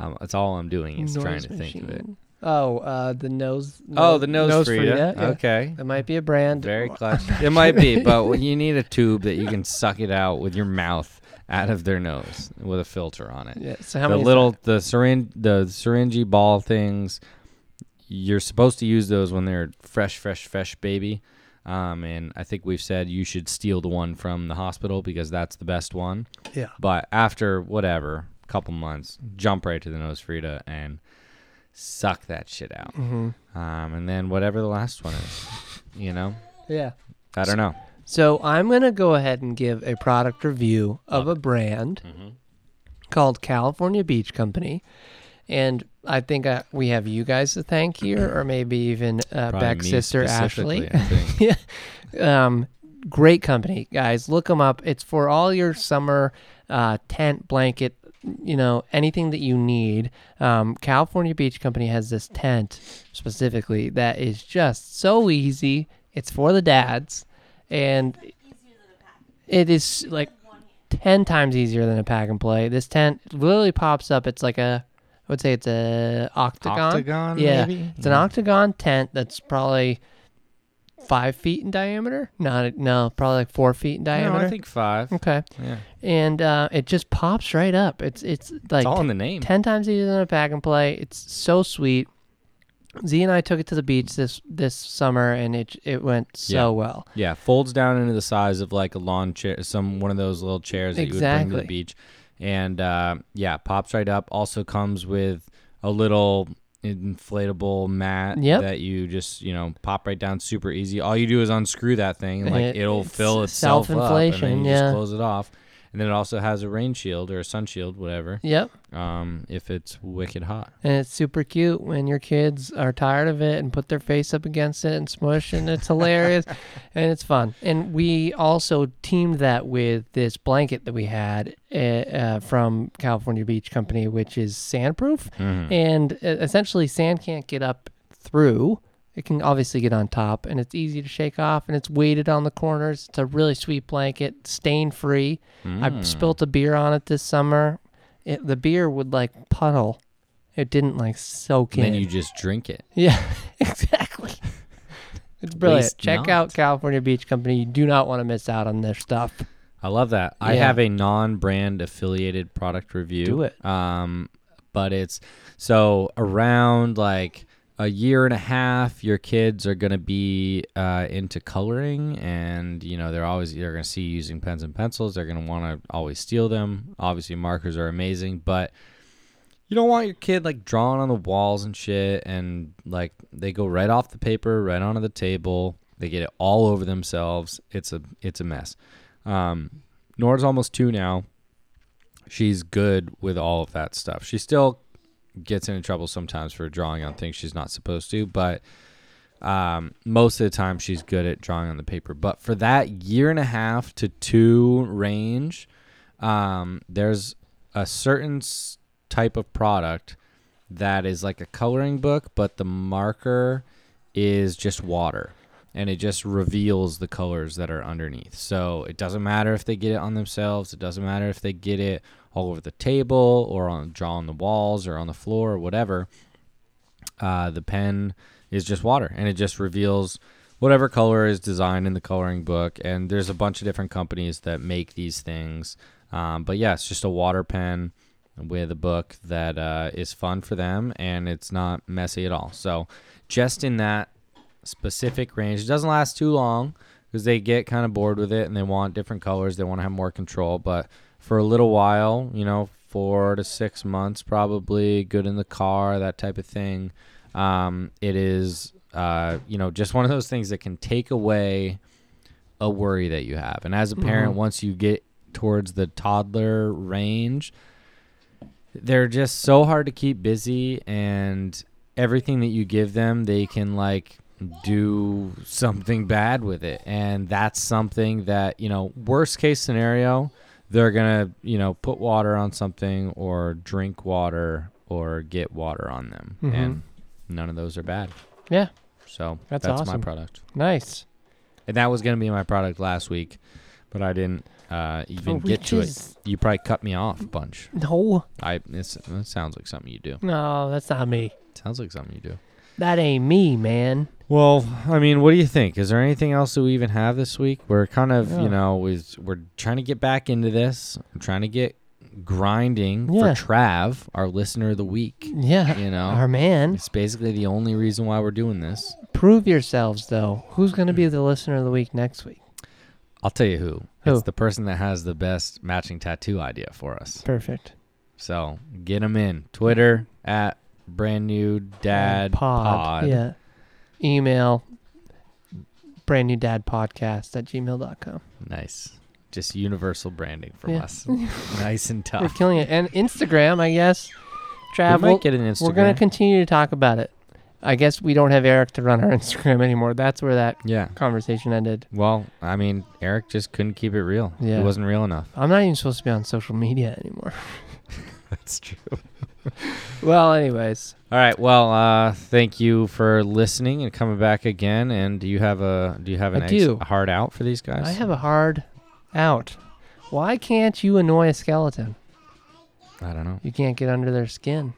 Speaker 3: Um, that's all I'm doing is trying
Speaker 2: noise
Speaker 3: to think of it.
Speaker 2: machine. Oh, uh, the nose.
Speaker 3: Oh, the nose, Frida.
Speaker 2: yeah.
Speaker 3: Okay.
Speaker 2: That might be a brand.
Speaker 3: Very clutch. it might be, but you need a tube that you can suck it out with your mouth out of their nose with a filter on it.
Speaker 2: Yeah. So how
Speaker 3: the
Speaker 2: many is
Speaker 3: little the syringe the syringy ball things you're supposed to use those when they're fresh fresh fresh baby um, and i think we've said you should steal the one from the hospital because that's the best one
Speaker 2: that? Yeah.
Speaker 3: but after whatever couple months jump right to the nose frida and suck that shit out
Speaker 2: hmm
Speaker 3: um, and then whatever the last one is you know
Speaker 2: Yeah.
Speaker 3: i don't know
Speaker 2: So I'm gonna go ahead and give a product review of a brand
Speaker 3: Mm-hmm.
Speaker 2: called California Beach Company, and I think I, we have you guys to thank here, or maybe even uh,
Speaker 3: Probably
Speaker 2: Beck's
Speaker 3: me
Speaker 2: sister Ashley.
Speaker 3: specifically, I think.
Speaker 2: yeah, um, great company, guys. Look them up. It's for all your summer uh, tent blanket. You know anything that you need. Um, California Beach Company has this tent specifically that is just so easy. It's for the dads, and it is like 10 times easier than a pack and play. This tent literally pops up. It's like a, I would say it's a octagon.
Speaker 3: Octagon,
Speaker 2: yeah.
Speaker 3: maybe? Mm-hmm.
Speaker 2: It's an octagon tent that's probably five feet in diameter. Not, no, probably like four feet in
Speaker 3: no,
Speaker 2: diameter.
Speaker 3: i think five
Speaker 2: okay.
Speaker 3: yeah
Speaker 2: And uh, it just pops right up. It's, it's like
Speaker 3: it's all in the name
Speaker 2: 10 times easier than a pack and play. It's so sweet. Z and I took it to the beach this this summer and it it went so
Speaker 3: Yeah.
Speaker 2: well.
Speaker 3: Yeah, folds down into the size of like a lawn chair, some one of those little chairs that you would bring to
Speaker 2: Exactly.
Speaker 3: the beach, and uh, yeah, pops right up. Also comes with a little inflatable mat
Speaker 2: Yep.
Speaker 3: that you just you know pop right down, super easy. All you do is unscrew that thing, and, like
Speaker 2: It-
Speaker 3: it'll
Speaker 2: it's
Speaker 3: fill itself up, and then
Speaker 2: self-inflation,
Speaker 3: you
Speaker 2: yeah.
Speaker 3: just close it off. And then it also has a rain shield or a sun shield, whatever,
Speaker 2: Yep.
Speaker 3: um, if it's wicked hot.
Speaker 2: And it's super cute when your kids are tired of it and put their face up against it and smush, and it's hilarious and it's fun. And we also teamed that with this blanket that we had uh, uh, from California Beach Company, which is sandproof. And uh, essentially, sand can't get up through. It can obviously get on top, and it's easy to shake off, and it's weighted on the corners. It's a really sweet blanket, stain free. I spilt a beer on it this summer. It, the beer would like puddle. It didn't like soak
Speaker 3: And
Speaker 2: in.
Speaker 3: then you just drink it.
Speaker 2: yeah, exactly. It's brilliant.
Speaker 3: Waste
Speaker 2: Check
Speaker 3: not.
Speaker 2: out California Beach Company. You do not want to miss out on their stuff.
Speaker 3: I love that. I
Speaker 2: Yeah.
Speaker 3: have a non-brand affiliated product review.
Speaker 2: Do it.
Speaker 3: Um, but it's so around like a year and a half, your kids are gonna be uh, into coloring, and you know they're always they're gonna see you using pens and pencils. They're gonna want to always steal them. Obviously, markers are amazing, but you don't want your kid like drawing on the walls and shit and like they go right off the paper right onto the table they get it all over themselves it's a it's a mess um nora's almost two now she's good with all of that stuff she still gets into trouble sometimes for drawing on things she's not supposed to but um, most of the time she's good at drawing on the paper but for that year and a half to two range um, there's a certain s- type of product that is like a coloring book, but the marker is just water and it just reveals the colors that are underneath. So it doesn't matter if they get it on themselves, it doesn't matter if they get it all over the table or on draw on the walls or on the floor or whatever. Uh, the pen is just water and it just reveals whatever color is designed in the coloring book. And there's a bunch of different companies that make these things. Um, but yeah, it's just a water pen with a book that uh, is fun for them and it's not messy at all. So just in that specific range, it doesn't last too long because they get kind of bored with it and they want different colors. They want to have more control. But for a little while, you know, four to six months probably, good in the car, that type of thing. Um, it is, uh, you know, just one of those things that can take away a worry that you have. And as a parent,
Speaker 2: Mm-hmm.
Speaker 3: once you get towards the toddler range, they're just so hard to keep busy and everything that you give them they can like do something bad with it and that's something that you know worst case scenario they're gonna you know put water on something or drink water or get water on them
Speaker 2: Mhm.
Speaker 3: and none of those are bad
Speaker 2: Yeah,
Speaker 3: so that's,
Speaker 2: That's
Speaker 3: my
Speaker 2: awesome.
Speaker 3: product
Speaker 2: nice.
Speaker 3: and that was gonna be my product last week but i didn't uh, even
Speaker 2: we
Speaker 3: get to it
Speaker 2: just-
Speaker 3: you probably cut me off a bunch
Speaker 2: No,
Speaker 3: i it's, it sounds like something you do
Speaker 2: no, that's not me.
Speaker 3: Sounds like something you do.
Speaker 2: That ain't me, man.
Speaker 3: Well, I mean, what do you think? Is there anything else that we even have this week? We're kind of,
Speaker 2: Yeah.
Speaker 3: you know, we we're trying to get back into this. I'm trying to get grinding
Speaker 2: Yeah. Mm-hmm.
Speaker 3: for Trav, our listener of the week.
Speaker 2: Yeah,
Speaker 3: You know.
Speaker 2: our man.
Speaker 3: It's basically the only reason why we're doing this.
Speaker 2: Prove yourselves, though. Who's gonna be the listener of the week next week?
Speaker 3: I'll tell you who.
Speaker 2: Who?
Speaker 3: It's the person that has the best matching tattoo idea for us.
Speaker 2: Perfect.
Speaker 3: So get them in. Twitter at brand new dad pod.
Speaker 2: Yeah. Email brand new dad podcast at gmail.com.
Speaker 3: Nice. Just universal branding from
Speaker 2: Yeah.
Speaker 3: us. nice and
Speaker 2: We're
Speaker 3: tough.
Speaker 2: killing it. And Instagram, I guess. Trav,
Speaker 3: we
Speaker 2: we'll-
Speaker 3: might get an Instagram.
Speaker 2: we're going to continue to talk about it. I guess we don't have Eric to run our Instagram anymore. That's where that
Speaker 3: yeah.
Speaker 2: conversation ended.
Speaker 3: Well, I mean, Eric just couldn't keep it real.
Speaker 2: Yeah.
Speaker 3: It wasn't real enough.
Speaker 2: I'm not even supposed to be on social media anymore.
Speaker 3: That's true.
Speaker 2: well, anyways,
Speaker 3: All right. Well, uh, thank you for listening and coming back again. And do you have a do you have an
Speaker 2: I
Speaker 3: ex-
Speaker 2: do.
Speaker 3: a hard out for these guys?
Speaker 2: I have a hard out. Why can't you annoy a skeleton?
Speaker 3: I don't know.
Speaker 2: You can't get under their skin.